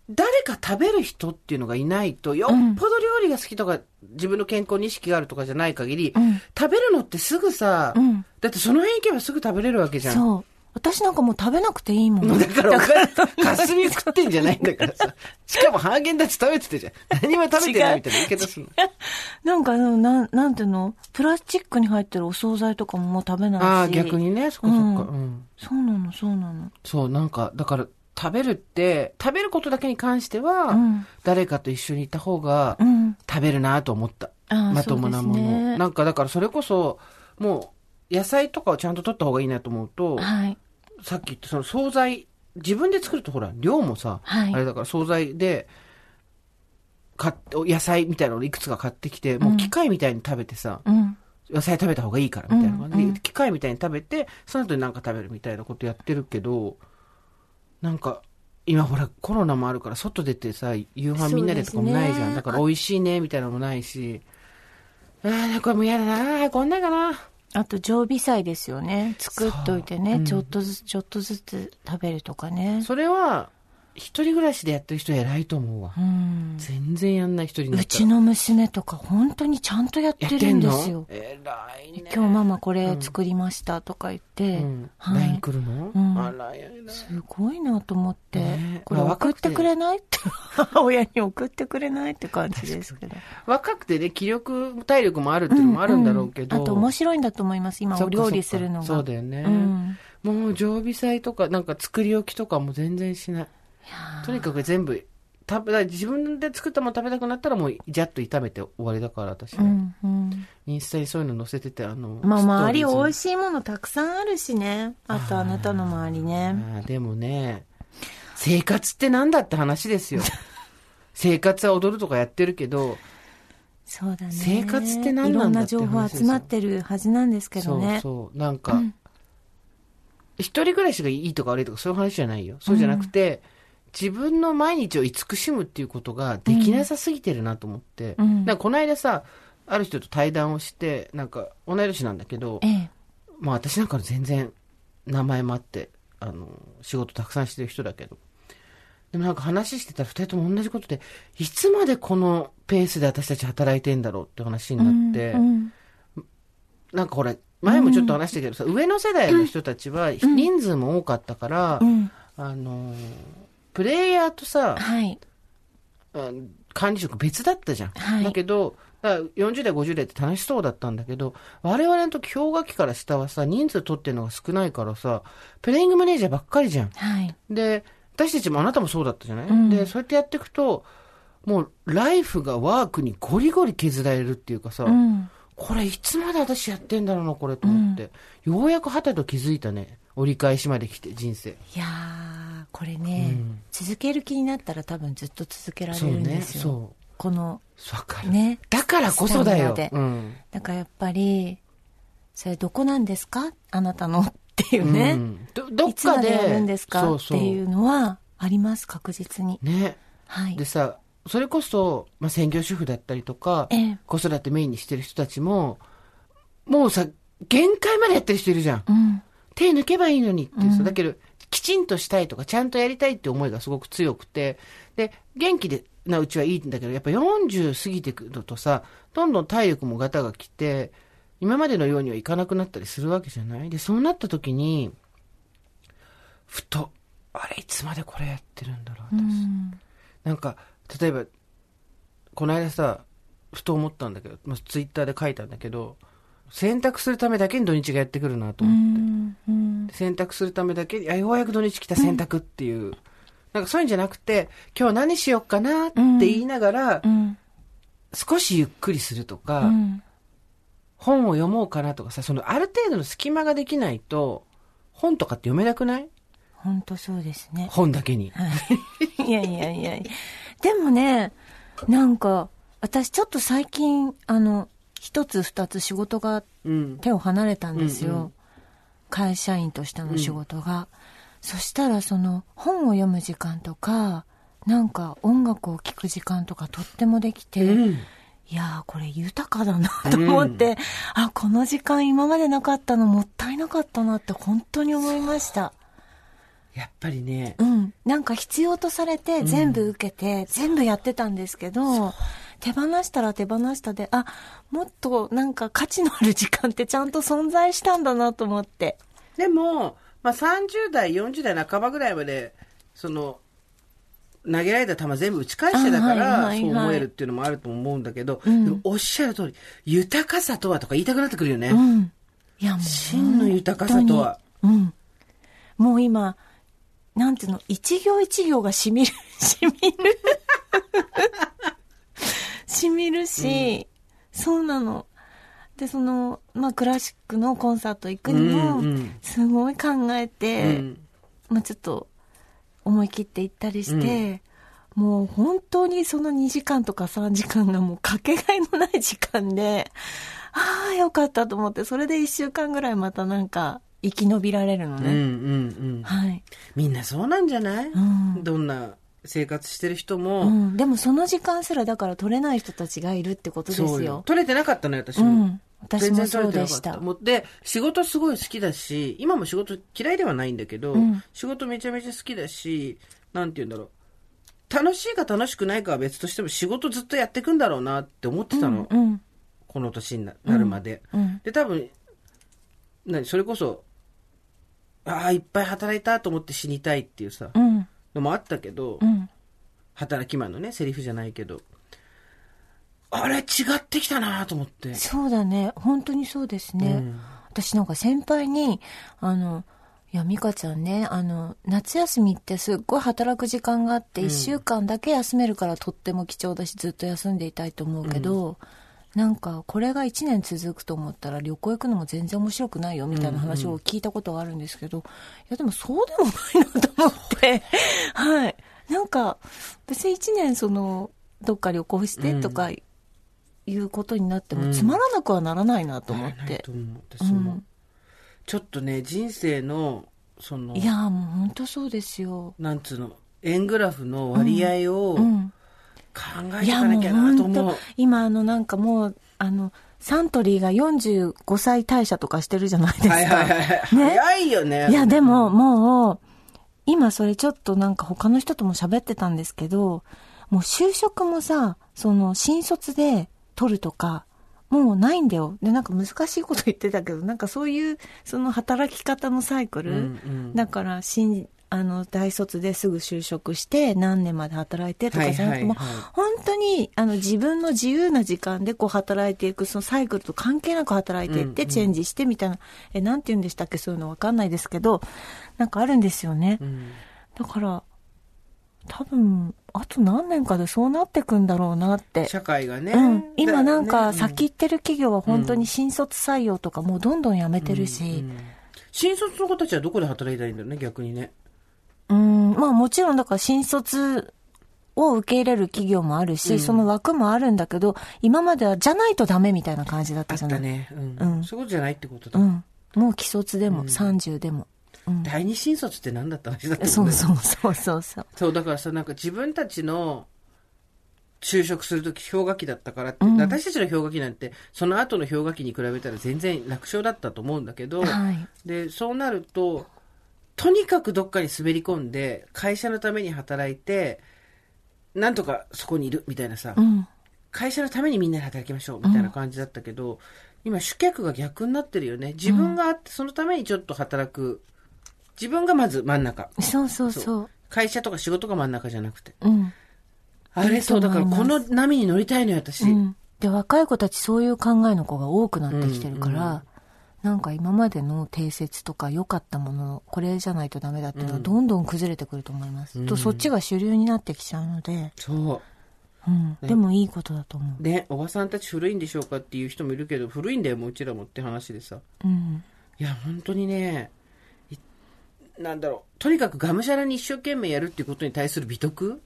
誰か食べる人っていうのがいないと、よっぽど料理が好きとか、自分の健康に意識があるとかじゃない限り、
うん
食べるのってすぐさ、
うん
だってその辺行けばすぐ食べれるわけじゃん。
そう。私なんかもう食べなくていいもん。
だからお金、かすみ食ってんじゃないんだからさ。しかもハーゲンダッツ食べてたじゃん。何も食べてないみたいな受け出すの。
なんかあの、なん、なんていうのプラスチックに入ってるお惣菜とかももう食べないし。
ああ、逆にね、そっかそっか。
う
うんん。
そうなの、そうなの。
そう、なんか、だから、食べるって、食べることだけに関しては、
うん
誰かと一緒にいた方が
う、ん。
食べるなと思った。
ああ
まともなも
そうです
の、
ね
なんか、だからそれこそ、もう、野菜とかをちゃんと取った方がいいなと思うと、
はい。
さっき言ったその惣菜、自分で作るとほら、量もさ、
はい
あれだから惣菜で、買って、野菜みたいなのをいくつか買ってきて、もう機械みたいに食べてさ、
うん。
野菜食べた方がいいからみたいな感じで、
うんうん
機械みたいに食べてその後に何か食べるみたいなことやってるけどなんか今ほらコロナもあるから外出てさ夕飯みんなでとかもないじ
そうで
ゃん、
すね
だから美味しいねみたいなのもないしああこれもう嫌だなあこんなんかな
あと常備菜ですよね。作っといて
そう
ね、
うん
ちょっとずつ、ちょっとずつ食べるとかね。
それは一人暮らしでやってる人偉いと思うわ、
うん。
全然やんない一人にな
う
った
ち
ら
の娘とか本当にちゃんとやっ
やってて
るん
ん
で
の
すよ。
偉いね
今日ママこれ作りましたとか言って、
うん
はい
LINE 来るの、
うん
あら偉い
すごいなと思って、
ね
これ送
まあ若
っ
くて
てくれないって、母 親に送ってくれないって感じですけど。
若くてね気力体力もあるっていうのもあるんだろうけど、
あと面白いんだと思います、今
そっ
お
かそっか
料理するのが。
そうだよね、
うん
もう常備菜とかなんか作り置きとかも全然しないとにかく全部食べ自分で作ったもの食べたくなったらもうジャッと炒めて終わりだから私は、
うんうん
インスタにそういうの載せててあの
まあ周り
ス
美
トーリーズに
味しいものたくさんあるしね。あとあなたの周りね。
あーでもね生活ってなんだって話 ですよ生活は踊るとかやってるけど
そうだね。
生活って何なんだって
いろんな情報集まってるはずなんですけどね。
そうそうなんか、一人暮らしがいいとか悪いとかそういう話じゃないよそうじゃなくて、自分の毎日を慈しむっていうことができなさすぎてるなと思って、
うん
なんかこの間さある人と対談をしてなんか同い年なんだけど
え、え。
まあ、私なんか全然名前もあってあの仕事たくさんしてる人だけどでもなんか話してたら2人とも同じことでいつまでこのペースで私たち働いてんだろうって話になって。
うんうん
なんかほら、前もちょっと話したけどさ、上の世代の人たちは人数も多かったから、
うん
あのー、プレイヤーとさ、
はい。
うん管理職別だったじゃん。
はい
だけど、だから40代、50代って楽しそうだったんだけど、我々の時、氷河期から下はさ、人数取ってるのが少ないからさ、プレイングマネージャーばっかりじゃん。
はい。
で、私たちもあなたもそうだったじゃない、
うん
で、そうやってやっていくと、もう、ライフがワークにゴリゴリ削られるっていうかさ、
うん。
これいつまで私やってんだろうな、これと思って。ようやくはたと気づいたね。折り返しまで来て、人生。
いやーこれね、
うん
続ける気になったら多分ずっと続けられる
そうん
で
ね。
すよ、
そ
この
う。わかる。
ね
だからこそだよ
スタミナで。
うん。
だからやっぱりそれどこなんですかあなたのっていうね、
うんどどっ
いつま
かで。
でやるんですか
そうそう
っていうのはあります確実に
ね。
はい
でさ、それこそ、まあ、専業主婦だったりとか
ええ、
子育てメインにしてる人たちも、もうさ、限界までやってる人いるじゃん。
うん
手抜けばいいのにっていうさ、だけど、きちんとしたいとか、ちゃんとやりたいって思いがすごく強くて、で、元気で、なうちはいいんだけど、やっぱ40過ぎてくるとさ、どんどん体力もガタが来て、今までのようにはいかなくなったりするわけじゃないで、そうなった時に、ふと、あれ、いつまでこれやってるんだろう、
う
私。
ん
なんか、例えば、この間さ、ふと思ったんだけど、まあ、ツイッターで書いたんだけど、洗濯するためだけに土日がやってくるなと
う
思って。
んうん
洗濯するためだけにあようやく土日来た洗濯っていう、なんかそういうんじゃなくて今日何しよっかなって言いながら、
うん
少しゆっくりするとか、
うん
本を読もうかなとかさそのある程度の隙間ができないと本とかって読めなくない
本当そうですね
本だけに、
いやいやいやいやでもね、なんか、私ちょっと最近、あの、一つ二つ仕事が
うん、
手を離れたんですよ。
うんうん
会社員としての仕事が。そしたらその、本を読む時間とか、なんか音楽を聴く時間とかとってもできて、
うん
いやーこれ豊かだなと思って、あ、この時間今までなかったのもったいなかったなって本当に思いました。
やっぱりね、
うん、なんか必要とされて全部受けて、全部やってたんですけど手放したら手放したであもっとなんか価値のある時間ってちゃんと存在したんだなと思って
でもまあ、30代、40代半ばぐらいまで、その、投げられた球全部打ち返してだか
あ
ら、
はいはいはい
そう思えるっていうのもあると思うんだけど、
ん
でもおっしゃる通り、豊かさとはとか言いたくなってくるよね。
うん。いや、もう。
真の豊かさとは。
うん。もう今、なんていうの、一行一行がしみる、 しみる。しみるし、そうなの。で、その、まあ、クラシックのコンサート行くにも、
うんうん
すごい考え
う
て、
ん
まあ、ちょっと、思い切って行ったりして、もう本当にその2時間とか3時間がもうかけがえのない時間で、ああ、よかったと思って、それで1週間ぐらいまたなんか生き延びられるの
うんう
ね。
んうん。
はい。
みんなそうなんじゃない、
ん
どんな生活してる人も、
うん、でもその時間すらだから取れない人たちがいるってことです
そうよ
よ。
取れてなかったのよ、私
う
も。
ん。私
全
も
然取
そ
れ
う
てな
で
かっ。
したた。
もうで、仕事すごい好きだし、今も仕事嫌いではないんだけど、
うん
仕事めちゃめちゃ好きだし、なんて言うんだろう。楽しいか楽しくないかは別としても仕事ずっとやっていくんだろうなって思ってたの。
うん。
この年にななるまで。
うん。
で、多分、何、それこそ、ああ、いっぱい働いたと思って死にたいっていうさ、
うん。
のもあったけど、
うん。
働きマンのね、セリフじゃないけど、あれ違ってきたなと思って。
そうだね。本当にそうですね。
うん
私なんか先輩に、あの、いや、美香ちゃんね、あの、夏休みってすっごい働く時間があって、一週間だけ休めるからとっても貴重だし、ずっと休んでいたいと思うけど、なんか、これが一年続くと思ったら旅行行くのも全然面白くないよ、みたいな話を聞いたことがあるんですけど、いや、でもそうでもないなと思って、 はい。なんか、別に一年その、どっか旅行してとか、いうことになっても、つまらなくはならないなと思っ
ならない
て
と。思う私も、
うん
ちょっとね人生のその
いやーもう本当そうですよ。
なんつうの円グラフの割合を
う
考
ん。
えていかなきゃなと
本
思う,、
当今あのなんかもうあのサントリーが45歳退社とかしてるじゃないですか。
はいはいはい、
ね
早いよね
いやでももう今それちょっとなんか他の人とも喋ってたんですけど、もう就職もさ、その新卒で取るとか、もうないんだよ。で、なんか難しいこと言ってたけど、なんかそういう、その働き方のサイクル、
うんうん
だから新あの大卒ですぐ就職して何年まで働いてとかじゃなくても、
はいはいはい
本当にあの自分の自由な時間でこう働いていくそのサイクルと関係なく働いていっ
うんう
て
ん
チェンジしてみたいな、えなんて言うんでしたっけそういうのわかんないですけどなんかあるんですよね、
うん
だから多分あと何年かでそうなってくんだろうなって
社会がね、
うん、今なん
だよ
か
ね
先行ってる企業は本当に新卒採用とかもうどんどんやめてるし、
うん新卒の子たちはどこで働いたらいいんだろうね逆にね
うん、まあもちろんだから新卒を受け入れる企業もあるし、その枠もあるんだけど、今まではじゃないとダメみたいな感じだっ
あ
た
っ
じゃな
た
い、
ね、うん
うん
そういうことじゃないってことだ、
うん。もう既卒でも、30でも。うん。
第二新卒って何だった話だった
そうそうそうそうそう。
そう、だからさ、なんか自分たちの就職するとき氷河期だったからって、
うん
私たちの氷河期なんて、その後の氷河期に比べたら全然楽勝だったと思うんだけど、
はい。
で、そうなると、とにかくどっかに滑り込んで、会社のために働いて、なんとかそこにいるみたいなさ、
うん。
会社のためにみんなで働きましょうみたいな感じだったけど、今主客が逆になってるよね。自分があって、そのためにちょっと働く。自分がまず真ん中。
そうそうそう。
そ会社とか仕事が真ん中じゃなくて。
うん。
あれそう、
いいと
だ
思い
から
ます
この波に乗りたいのよ、私。
うん。で、若い子たちそういう考えの子が多くなってきてるから、
うんう
なんか今までの定説とか良かったものこれじゃないとダメだっていうのはどんどん崩れてくると思います、
うん
とそっちが主流になってきちゃうので、
そ
うん、でもいいことだと思
う。ね、おばさんたち古いんでしょうかっていう人もいるけど、古いんだよ、もううちらもって話でさ。
う。うん。
いや、本当にね、いなんだろう、とにかくがむしゃらに一生懸命やるっていうことに対する美徳、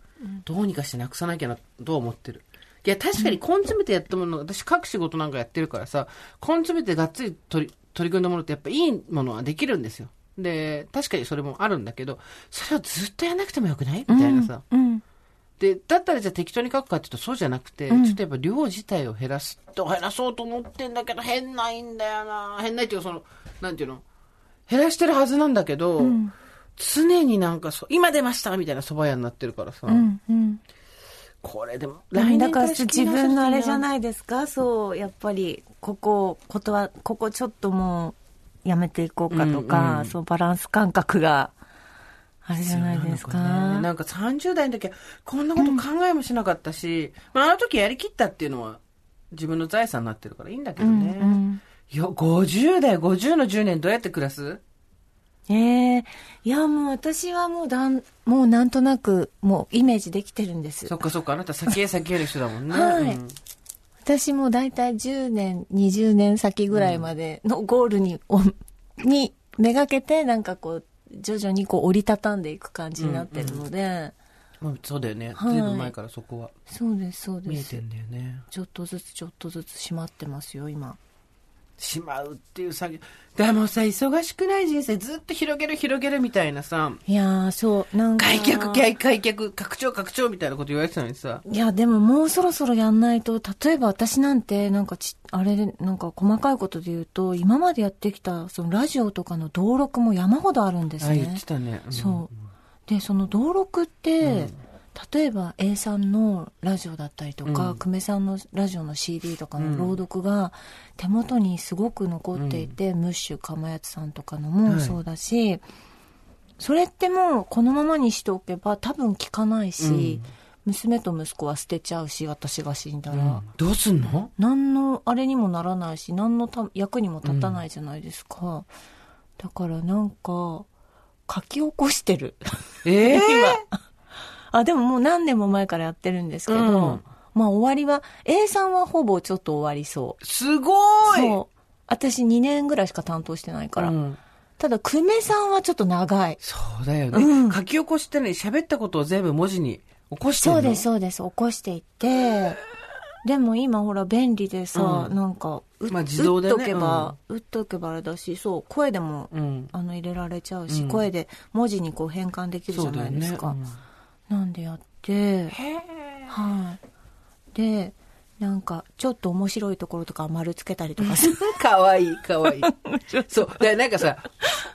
どうにかしてなくさなきゃな、とは思ってる。いや、確かに根詰めてやったもの、私各仕事なんかやってるからさ、根詰めてがっつり取り取り組んだものってやっぱいいものはできるんですよ。で、確かにそれもあるんだけど、それをずっとやんなくてもよくないみたいなさ。
うん。
で、だったらじゃあ適当に書くかっていうとそうじゃなくて、
ん
ちょっとやっぱ量自体を減らすと減らそうと思ってんだけど変ないんだよな変ないっていうかその、なんていうの減らしてるはずなんだけど、常になんかそ、今出ましたみたいな蕎麦屋になってるからさ、
うん。うん。
これでも、
だから自分のあれじゃ
い
ないですかそう、やっぱり、ここ、ことは、ここちょっともう、やめていこうかとか、
うんうん
そのバランス感覚が、あれじゃないです
そうなのね
か。
なんか30代の時はこんなこと考えもしなかったし、まあ、あの時やりきったっていうのは自分の財産になってるからいいんだけどね。
うんうん
いや、50代、50の10年どうやって暮らす
ええいや、もう私はもうだん、もうなんとなく、もうイメージできてるんです
そ。っかそっか、あなた先へ先への人だもんね。
はい
うん
私もだいたい10年、20年先ぐらいまでのゴールに、おにめがけて、なんかこう、徐々にこう折りたたんでいく感じになってるので、
まあそうだよね。
はい
ずいぶん前からそこは
そうです、そうで
見え
す
て。んだよね。
ちょっとずつちょっとずつ閉まってますよ、今。
しまうっていう作業。でもさ、忙しくない人生ずっと広げる広げるみたいなさ、
いやー、そう、なんか。
開脚、開開脚、拡張、拡張みたいなこと言われてたのにさ、
いや、でももうそろそろやんないと、例えば私なんて、なんかち、あれで、なんか細かいことで言うと、今までやってきた、そのラジオとかの登録も山ほどあるんです
あ、言っ
ね
て。たね。うん
そう。で、その登録って、例えば A さんのラジオだったりとか、
うん
久米さんのラジオの CD とか
う
の
ん
朗読が手元にすごく残っていて、ムッシュかまやつさんとかのもそうだし、それってもうこのままにしておけば多分聞かないし、娘と息子は捨てちゃうし私が死んだら、
うんどうすんの
何のあれにもならないし何のた役にも立たないじゃないですか、だからなんか書き起こしてる
ええ
あでももう何年も前からやってるんですけど、
うん
まあ終わりは A さんはほぼちょっと終わりそう
すごい
そう私2年ぐらいしか担当してないから、
うん
ただ久米さんはちょっと長い
そうだよね、
うん
書き起こしてね、喋ったことを全部文字に起こし
そ
てるの
うです。そうです起こしていってでも今ほら便利でさ、
うん
なんかう
まあ自動でね
打っとけば、打っとけばあれだしそう声でも
うん。
あの入れられちゃうし、
うん
声で文字にこう変換できるじ
そ
ゃ
うだ
な
よ
いで
ね。
すか。
うん
なんでやって、はい。で、なんかちょっと面白いところとか丸つけたりとかする。
かわいい、か わいい。そう。で、なんかさ、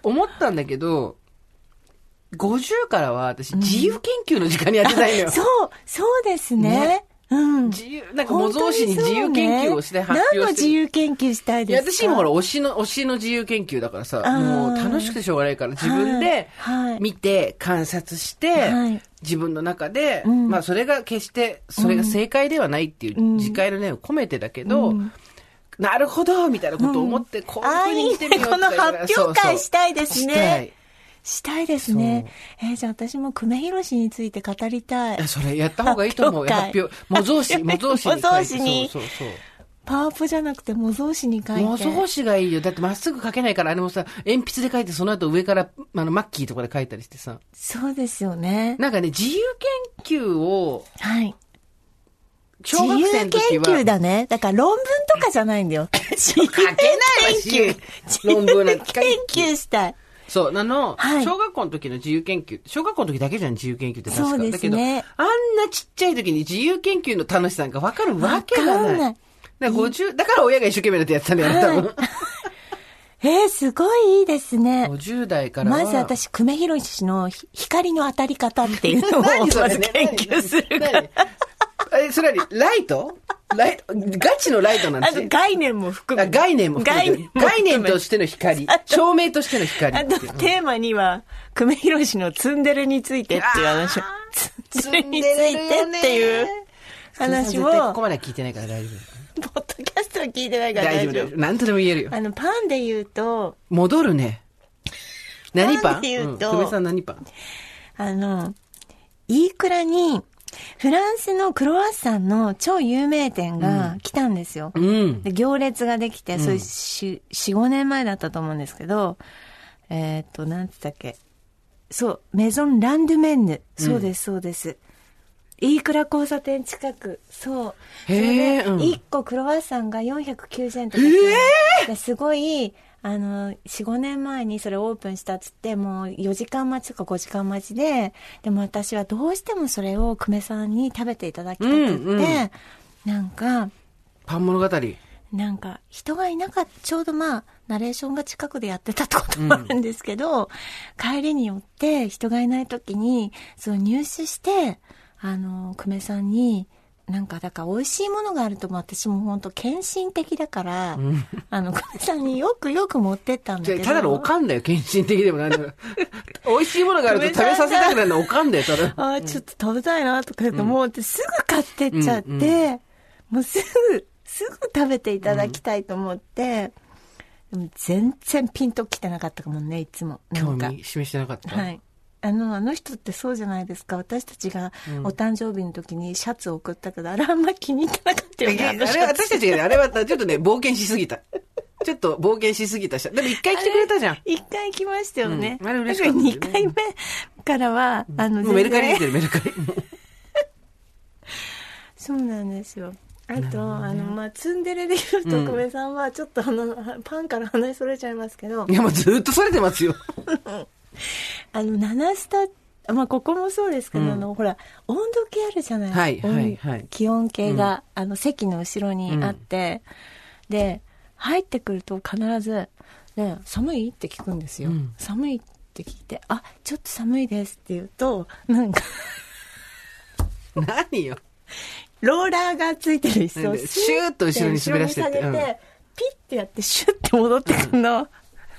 思ったんだけど、50からは私、自由研究の時間に やってないのよ。
そう、そうですね。うん。
自由、なんか模造紙に自由研究をして
本当にそうね
発
何の
表して
自
る。
由研究したい
い
で
や、
すか
私今ほら、推しの、推しの自由研究だからさ、
あー
もう楽しくてしょうがないから、自分で
はいはい
見て、観察して、
はい
自分の中で、
うん
まあ、それが決して、それが正解ではないっていう
うん
自戒の念を込めてだけど、
うん
なるほどみたいなことを思って、こう
ああ、
いう
いい
ふうに
ね。
見てみよう
この
とか
発表会したいですね。
そうそうしたい
したいですね。えーじゃあ私も久米宏について語りたい
いや。それやった方がいい と思う。
発
発
表
表。模造 紙、模造紙に書
模
いて。
造紙に
そうそうそう。
パワポじゃなくて模造紙に書いて。
模造紙がいいよ。だってまっすぐ書けないから、あれもさ、鉛筆で書いて、その後上から、あの、マッキーとかで書いたりしてさ。
そうですよね。
なんかね、自由研究を、
はい。
小学生の時は。
自由研究だね。だから論文とかじゃないんだ よ。自由
書けないわ自由
自由
論文なんて
研究したい。
そう、あの、
はい
小学校の時の自由研究、小学校の時だけじゃん、自由研究って確か。
そうですね
だけど、あんなちっちゃい時に自由研究の楽しさなんかわかるわけが
わか
ない。
んない
だから50、だから親が一生懸命だってやってたんだよね、多分。
えー、すごいいいですね。
50代からは。
まず私、久米宏氏のひ光の当たり方っていうのを
何そ
ま
れ
ず研究するか
何
ら。
何え、それよりライトライト、ガチのライトなんで
あ
す
と
よ。
概念も含
あ
む。
概念も含め
概
て
念。も
概
含め
念としての光。照明としての光
あ
って
と
いう。、
テーマには、久米宏氏のツンデレについてっていう話を
あ。
ツンデレについてっていう話
絶対こ
を
こ、までは聞いてないから大丈夫。
ポッドキャストは聞いてないから
大
大
丈夫、
丈
大
夫
丈。夫。なんとでも言え るよ。
あの、パンで言うと、
戻るね。何パ
なん
ン
で言うと
久米さん何パン
あの、イークラに、フランスのクロワッサンの超有名店が来たんですよ。
うん。
で行列ができて、そういうし、4、5年前だったと思うんですけど、えーっと、なんつったっけ。そう、メゾン・ランドゥメンヌ。そうです、そうです。イークラ交差点近く。そう。そ
へー
れで
うん
1個クロワッサンが490円とかですごい、あの、4、5年前にそれオープンしたっつって、もう4時間待ちとか5時間待ちで、でも私はどうしてもそれを久米さんに食べていただきたくって、
うんうん
なんか、
パン物語。
なんか人がいなかったちょうどまあナレーションが近くでやってたってこともあるんですけど、帰りによって人がいない時にそう入手してあの久米さんになんかだから美味しいものがあるとも私も本当献身的だから、あの、小さんによくよく持ってったんだ
じ
け
ゃあ
ど。
ただのおかんだよ、献身的でもなんでも。 美味しいものがあると食べさせたくなるのおかん だよ、ただ。
あーちょっと食べたいなとか言うと、もうってすぐ買ってっちゃって、
うん
もうすぐ、すぐ食べていただきたいと思って、でも全然ピンときてなかったかもね、いつも。な
興
んか。
味示してなかった。
はい。あの、あの人ってそうじゃないですか。私たちがお誕生日の時にシャツを送ったけど、あれあんま気に入ってなかったよ
い
ね。
や
あ
あ
のシ
れ
ャ
は
ツ
私たちがね、あれはちょっとね、冒険しすぎた。ちょっと冒険しすぎたし。でも一回来てくれたじゃん。
一回来ましたよね。
うんあれ嬉しかったですね
だから二回目からは、あの、
もうメルカリ
全然
に来てる、メルカリ。もう
そうなんですよ。
あと、あの、まあ、ツンデレで言う
うん
と、久米さんは、ちょっとあの、 パンから話それちゃいますけど
い、や、もうずっとそれてますよ。
あの、七スタ、まあ、ここもそうですけど、
うん
あの、ほら、温度計あるじゃない、
はいはいはい
温気温計が、あの、席の後ろにあって、で、入ってくると必ず、ね、寒いって聞くんですよ。
うん
寒いって聞いて、あ、ちょっと寒いですって言うと、なんか、
何よ。
ローラーがついてる椅子を
でシューッと後ろに滑らしてって
後ろに下げて、
ピッてやってシュッて戻ってくるの。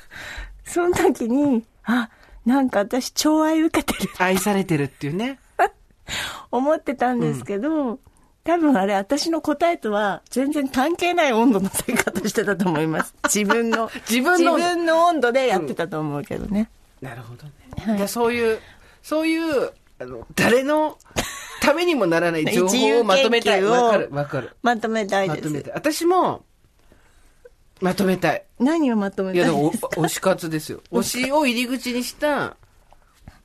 その時に、あ、なんか私、寵愛受けてる
愛されてるっていうね。
思ってたんですけど、多分あれ、私の答えとは全然関係ない温度の下げ方してたと思い ます。自分の。
自分の
自分の温度でやってたと思うけどね。
なるほどね。
はい
じゃあそういう、そういう、あの、誰のためにもな らない情報をまとめたい。
一流研究を
わかる、わかる。
まとめたい
ま
で
とめ
す。
たい。私も、まとめたい。
何をまとめ
いや、
た
で
い
も、お推し活ですよ。推しを入り口にした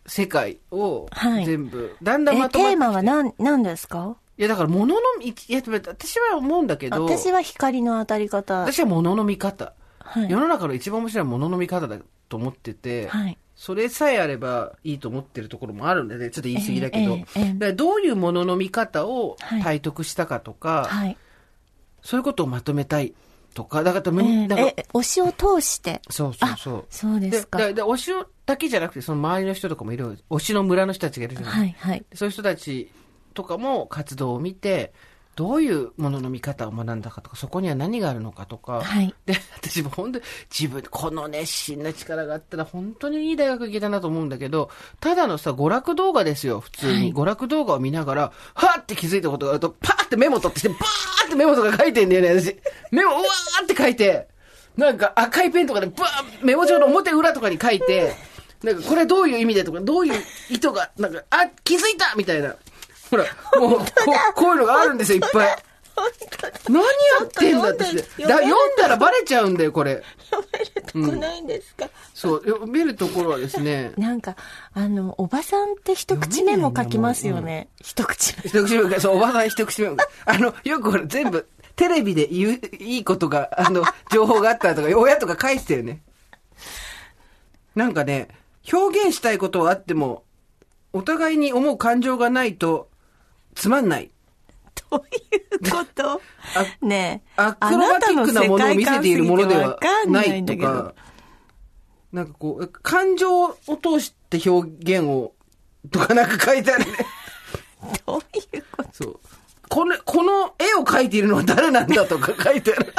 世界を
はい
全部、だんだん
え、
ま
テ
とまって
ー
きて。
マは何、何ですか
いや、だから、物の、いいや、私は思うんだけど、
私は光の当たり方。
私は物の見方。
はい
世の中の一番面白い物の見方だと思ってて、
はい
それさえあればいいと思ってるところもあるんでね、ちょっと言い過ぎだけど、
ええええええ
だからどういう物の見方を
はい
体得したかとか、
はい。
そういうことをまとめたいとか、だから、
えー
だから
え、推しを通して。
そうそうそう
あ。そうですか
でだだ推しをだけじゃなくて、その周りの人とかもいるわけ推しの村の人たちがいるじゃない、
はい、はい。
そういう人たちとかも活動を見て、どういうものの見方を学んだかとか、そこには何があるのかとか、
はい
で、私も本当に自分、この熱心な力があったら本当にいい大学行けたなと思うんだけど、ただのさ、娯楽動画ですよ、普通に。
はい、
娯楽動画を見ながら、はーって気づいたことがあると、パーってメモ取ってきて、バーってメモとか書いてんだよね、私。メモ、うわーって書いて、なんか赤いペンとかで、バーメモ帳の表裏とかに書いて、なんかこれどういう意味でとか、どういう意図が、なんか、あ、気づいたみたいな。ほら、もう、こうこういうのがあるんですよ、いっぱい。何やってんだって
ちょっと読んで。
だ読んだらバレちゃうんだよ、これ。
来ないんですか、
そう、読めるところはですね
なんか、あの、おばさんって一口目も書きますよ
読め
ね。一口目。
一口目そう、おばさん一口目あの、よくほら、全部、テレビで言う、いいことが、あ の、情報があったとか、親とか返してよね。なんかね、表現したいことはあっても、お互いに思う感情がないと、つまんない。
どういうことねえ。
アクロバティックなものを見せているものではな
あ
い
たの世界観すぎ
と
てわんないんだ
か、なんかこう、感情を通して表現を、とかなんか書いてあるね。
けどどういうこと
そう。この、この絵を描いているのは誰なんだとか 書いてある。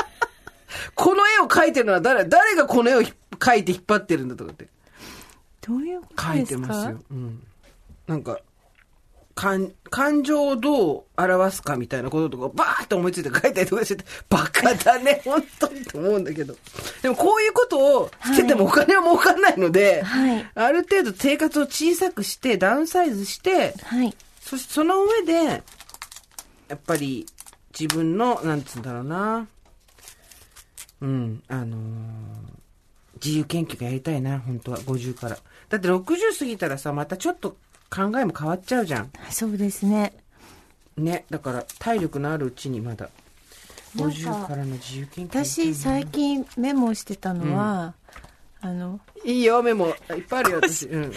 この絵を描いてるのは誰誰がこの絵をひ描いて引っ張ってるんだとかって。
どういうことですか
書いてますよ。うん。なんか、感、感情をどう表すかみたいなこととか、バーって思いついて書いたりとかしてて、バカだ ね、本当にと思うんだけど。でもこういうことをしててもお金は儲かんないので、
はい
ある程度生活を小さくして、ダウンサイズして、
はい。
そしてその上で、やっぱり自分の、なんつうんだろうな、うん、あのー自由研究がやりたいな、本当は、50から。だって60過ぎたらさ、またちょっと考えも変わっちゃうじゃん。
そうですね。
ね、だから体力のあるうちにまだ、
なんか
50からの自由研究。
私、最近メモしてたのは、あの、
いいよ、メモ。いっぱいあるよ、私。うん。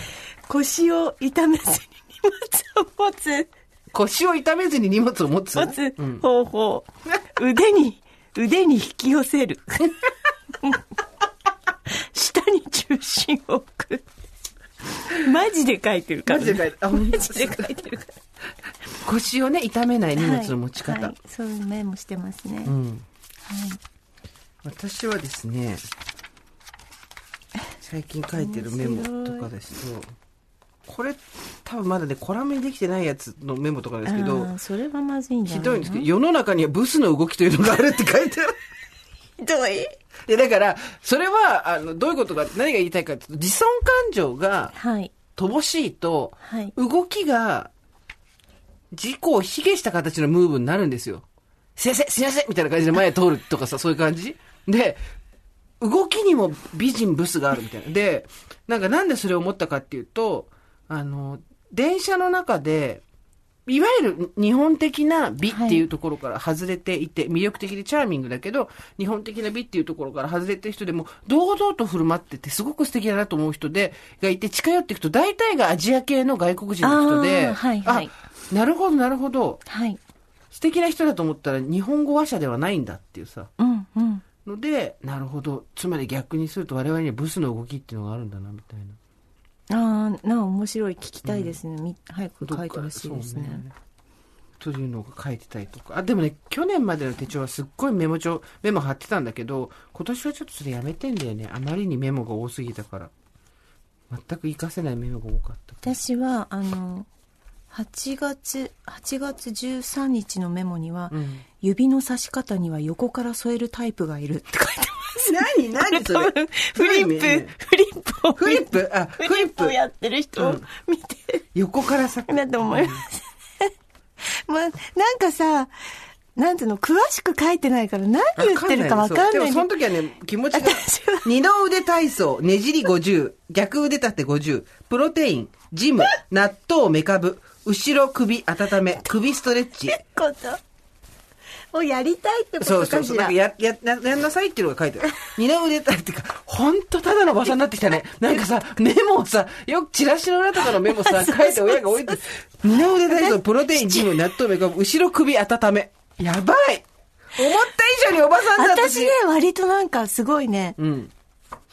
腰を痛めずに荷物を持つ、
腰を痛めずに荷物を持つ。
持つ
うん。
方法。腕に、腕に引き寄せ る。下に重心を置く。マジで書いてるか
マ
ら、
ジで書いてあ、本
マ
当
ジで書いてるから。
腰をね、痛めない荷物の持ち方。
はいはいそういうメモしてますね。
う
はい。
ん。私はですね、最近書いてるメモとかですと、これ多分まだね、コラムにできてないやつのメモとかですけど
あー、それはまずいんじゃな
ひ
い
ど
の
いんですけど、世の中にはブスの動きというのがあるって書いてある。
ひどい。
で、だから、それは、あの、どういうことか、何が言いたいかっていうと、自尊感情が
はい。
乏しいと、
はい。
動きが、自己を卑下した形のムーブになるんですよ。先生、すいませんみたいな感じで前通るとかさ、そういう感じで、動きにも美人ブスがあるみたいな。で、なんかなんでそれを思ったかっていうと、あの、電車の中で、いわゆる日本的な美っていうところから外れていて、魅力的でチャーミングだけど、日本的な美っていうところから外れてる人でも、堂々と振る舞ってて、すごく素敵だなと思う人で、がいて近寄っていくと、大体がアジア系の外国人の人で、
あーはいはい
あ、なるほどなるほど、
はい。
素敵な人だと思ったら日本語話者ではないんだっていうさ。
うんうん。
ので、なるほど。つまり逆にすると我々にはブスの動きっていうのがあるんだな、みたいな。
ああ、なあ面白い。聞きたいですね。み早く書いてほしいです
どっかそう
ね。
というのが書いてたりとか。あ、でもね、去年までの手帳はすっごいメモ帳、メモ貼ってたんだけど、今年はちょっとそれやめてんだよね。あまりにメモが多すぎたから。全く活かせないメモが多かったから。
私は、あの、8月、8月13日のメモには、
うん。
指の刺し方には横から添えるタイプがいる って書いて
何何それ
ある。フリップ、フリップを、
フリップあ、
フ
フリ
リ
ッ
ップを
プ。
やってる人を見て、
横からさ。
だと思います。 まあ、なんかさ、なんていうの、詳しく書いてないから、何言ってるかわかん
そう
な
で
い。
もその時はね、気持ちが。
私は、
二の腕体操、ねじり50、逆腕立て50、プロテイン、ジム、納豆、メカブ、後ろ首温め、首ストレッチ。
こと。をやりたいってこ
そ
と
うそう
か
そ
し
う。な
ら
んか。や、や、ややんなさいっていうのが書いてある。二の腕立てってか、ほんとただの場所になってきたね。なんかさ、メモをさ、よくチラシの裏とかのメモさ、書いて親が置いて、二の腕体操、プロテイン、ジム、納豆、メカブ、後ろ首温め。やばい思った以上におばさんだ
私ね、割となんかすごいね、
うん。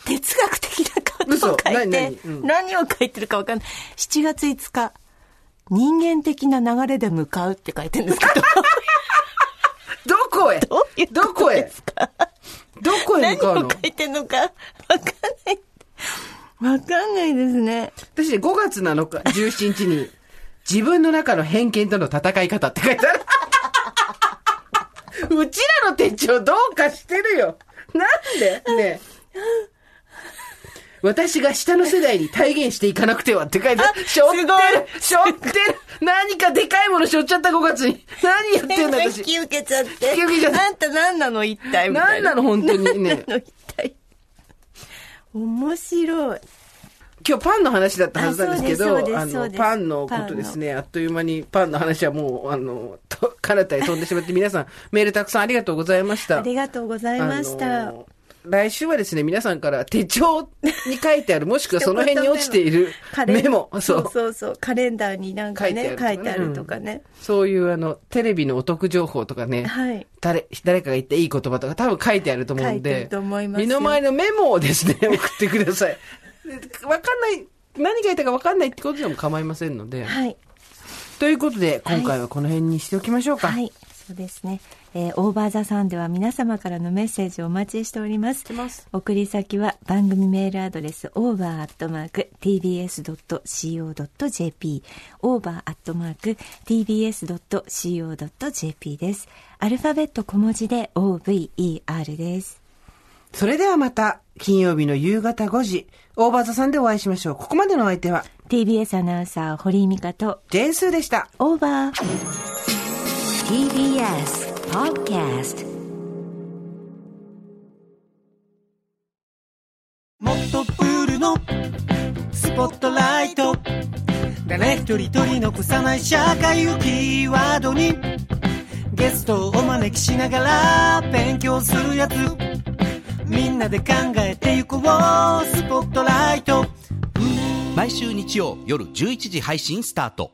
哲学的なことを書
嘘
いて
何、何うん
何を書いてるかわかんない。7月5日、人間的な流れで向かうって書いてるんですけど、
どこへ
どういう
ど
こと
こ
で
へ
すか
どこへ
何
向かうの
を書いてるのか、わかんない。わかんないですね。
私ね、5月7日、17日に、自分の中の偏見との戦い方って書いてある。う ちらの手帳どうかしてるよ。なんでねえ私が下の世代に体現していかなくてはって書いてある。しょってるしょってる何かでかいものしょっちゃった5月に。何言ってんだ
全部
私
引。き受けちゃって。
引き受けちゃって
あんた何なの一体みたい
何
な。
なの本当にね
何。なの一体。面白い。
今日パンの話だったはずなんですけ
あそうです
ど、あ
そう
の、
です
パンのことですね、あっという間にパンの話はもう、あの、と、彼方へ飛んでしまって、皆さんメールたくさんありがとうございました。
ありがとうございました。
あの来週はですね、皆さんから手帳に書いてある、もしくはその辺に落ちている
カレン
メモ、そ
そうう。そうそう。カレンダーになんかね、書
書
い
い
て
て
あ
あ
る
る
と
と
か
か
ね。
そういうあの、テレビのお得情報とかね、
はい。
誰、誰かが言ったいい言葉とか多分書いてあると思うん
書いて
で
ると思い、ますよ
身の回りのメモをですね、 送ってください。でわかんない、何が言ったかわかんないってことでも構いませんので。
はい。
ということで、今回はこの辺にしておきましょうか。
はい。そうですね。えー、オーバーザさんでは皆様からのメッセージをお待ちしております。
ます
送り先は番組メールアドレス over.tbs.co.jp over.tbs.co.jp です。アルファベット小文字で over です。
それではまた、金曜日の夕方5時、オーバーザさんでお会いしましょう。ここまでのお相手は、
TBS アナウンサー堀井美香と
ジェーンスーでした。
オーバー
TBS Podcast
もっとプールのスポットライト誰一人取り残さない社会をキーワードにゲストをお招きしながら勉強するやつみんなで考えてゆこうスポットライト
毎週日曜夜11時配信スタート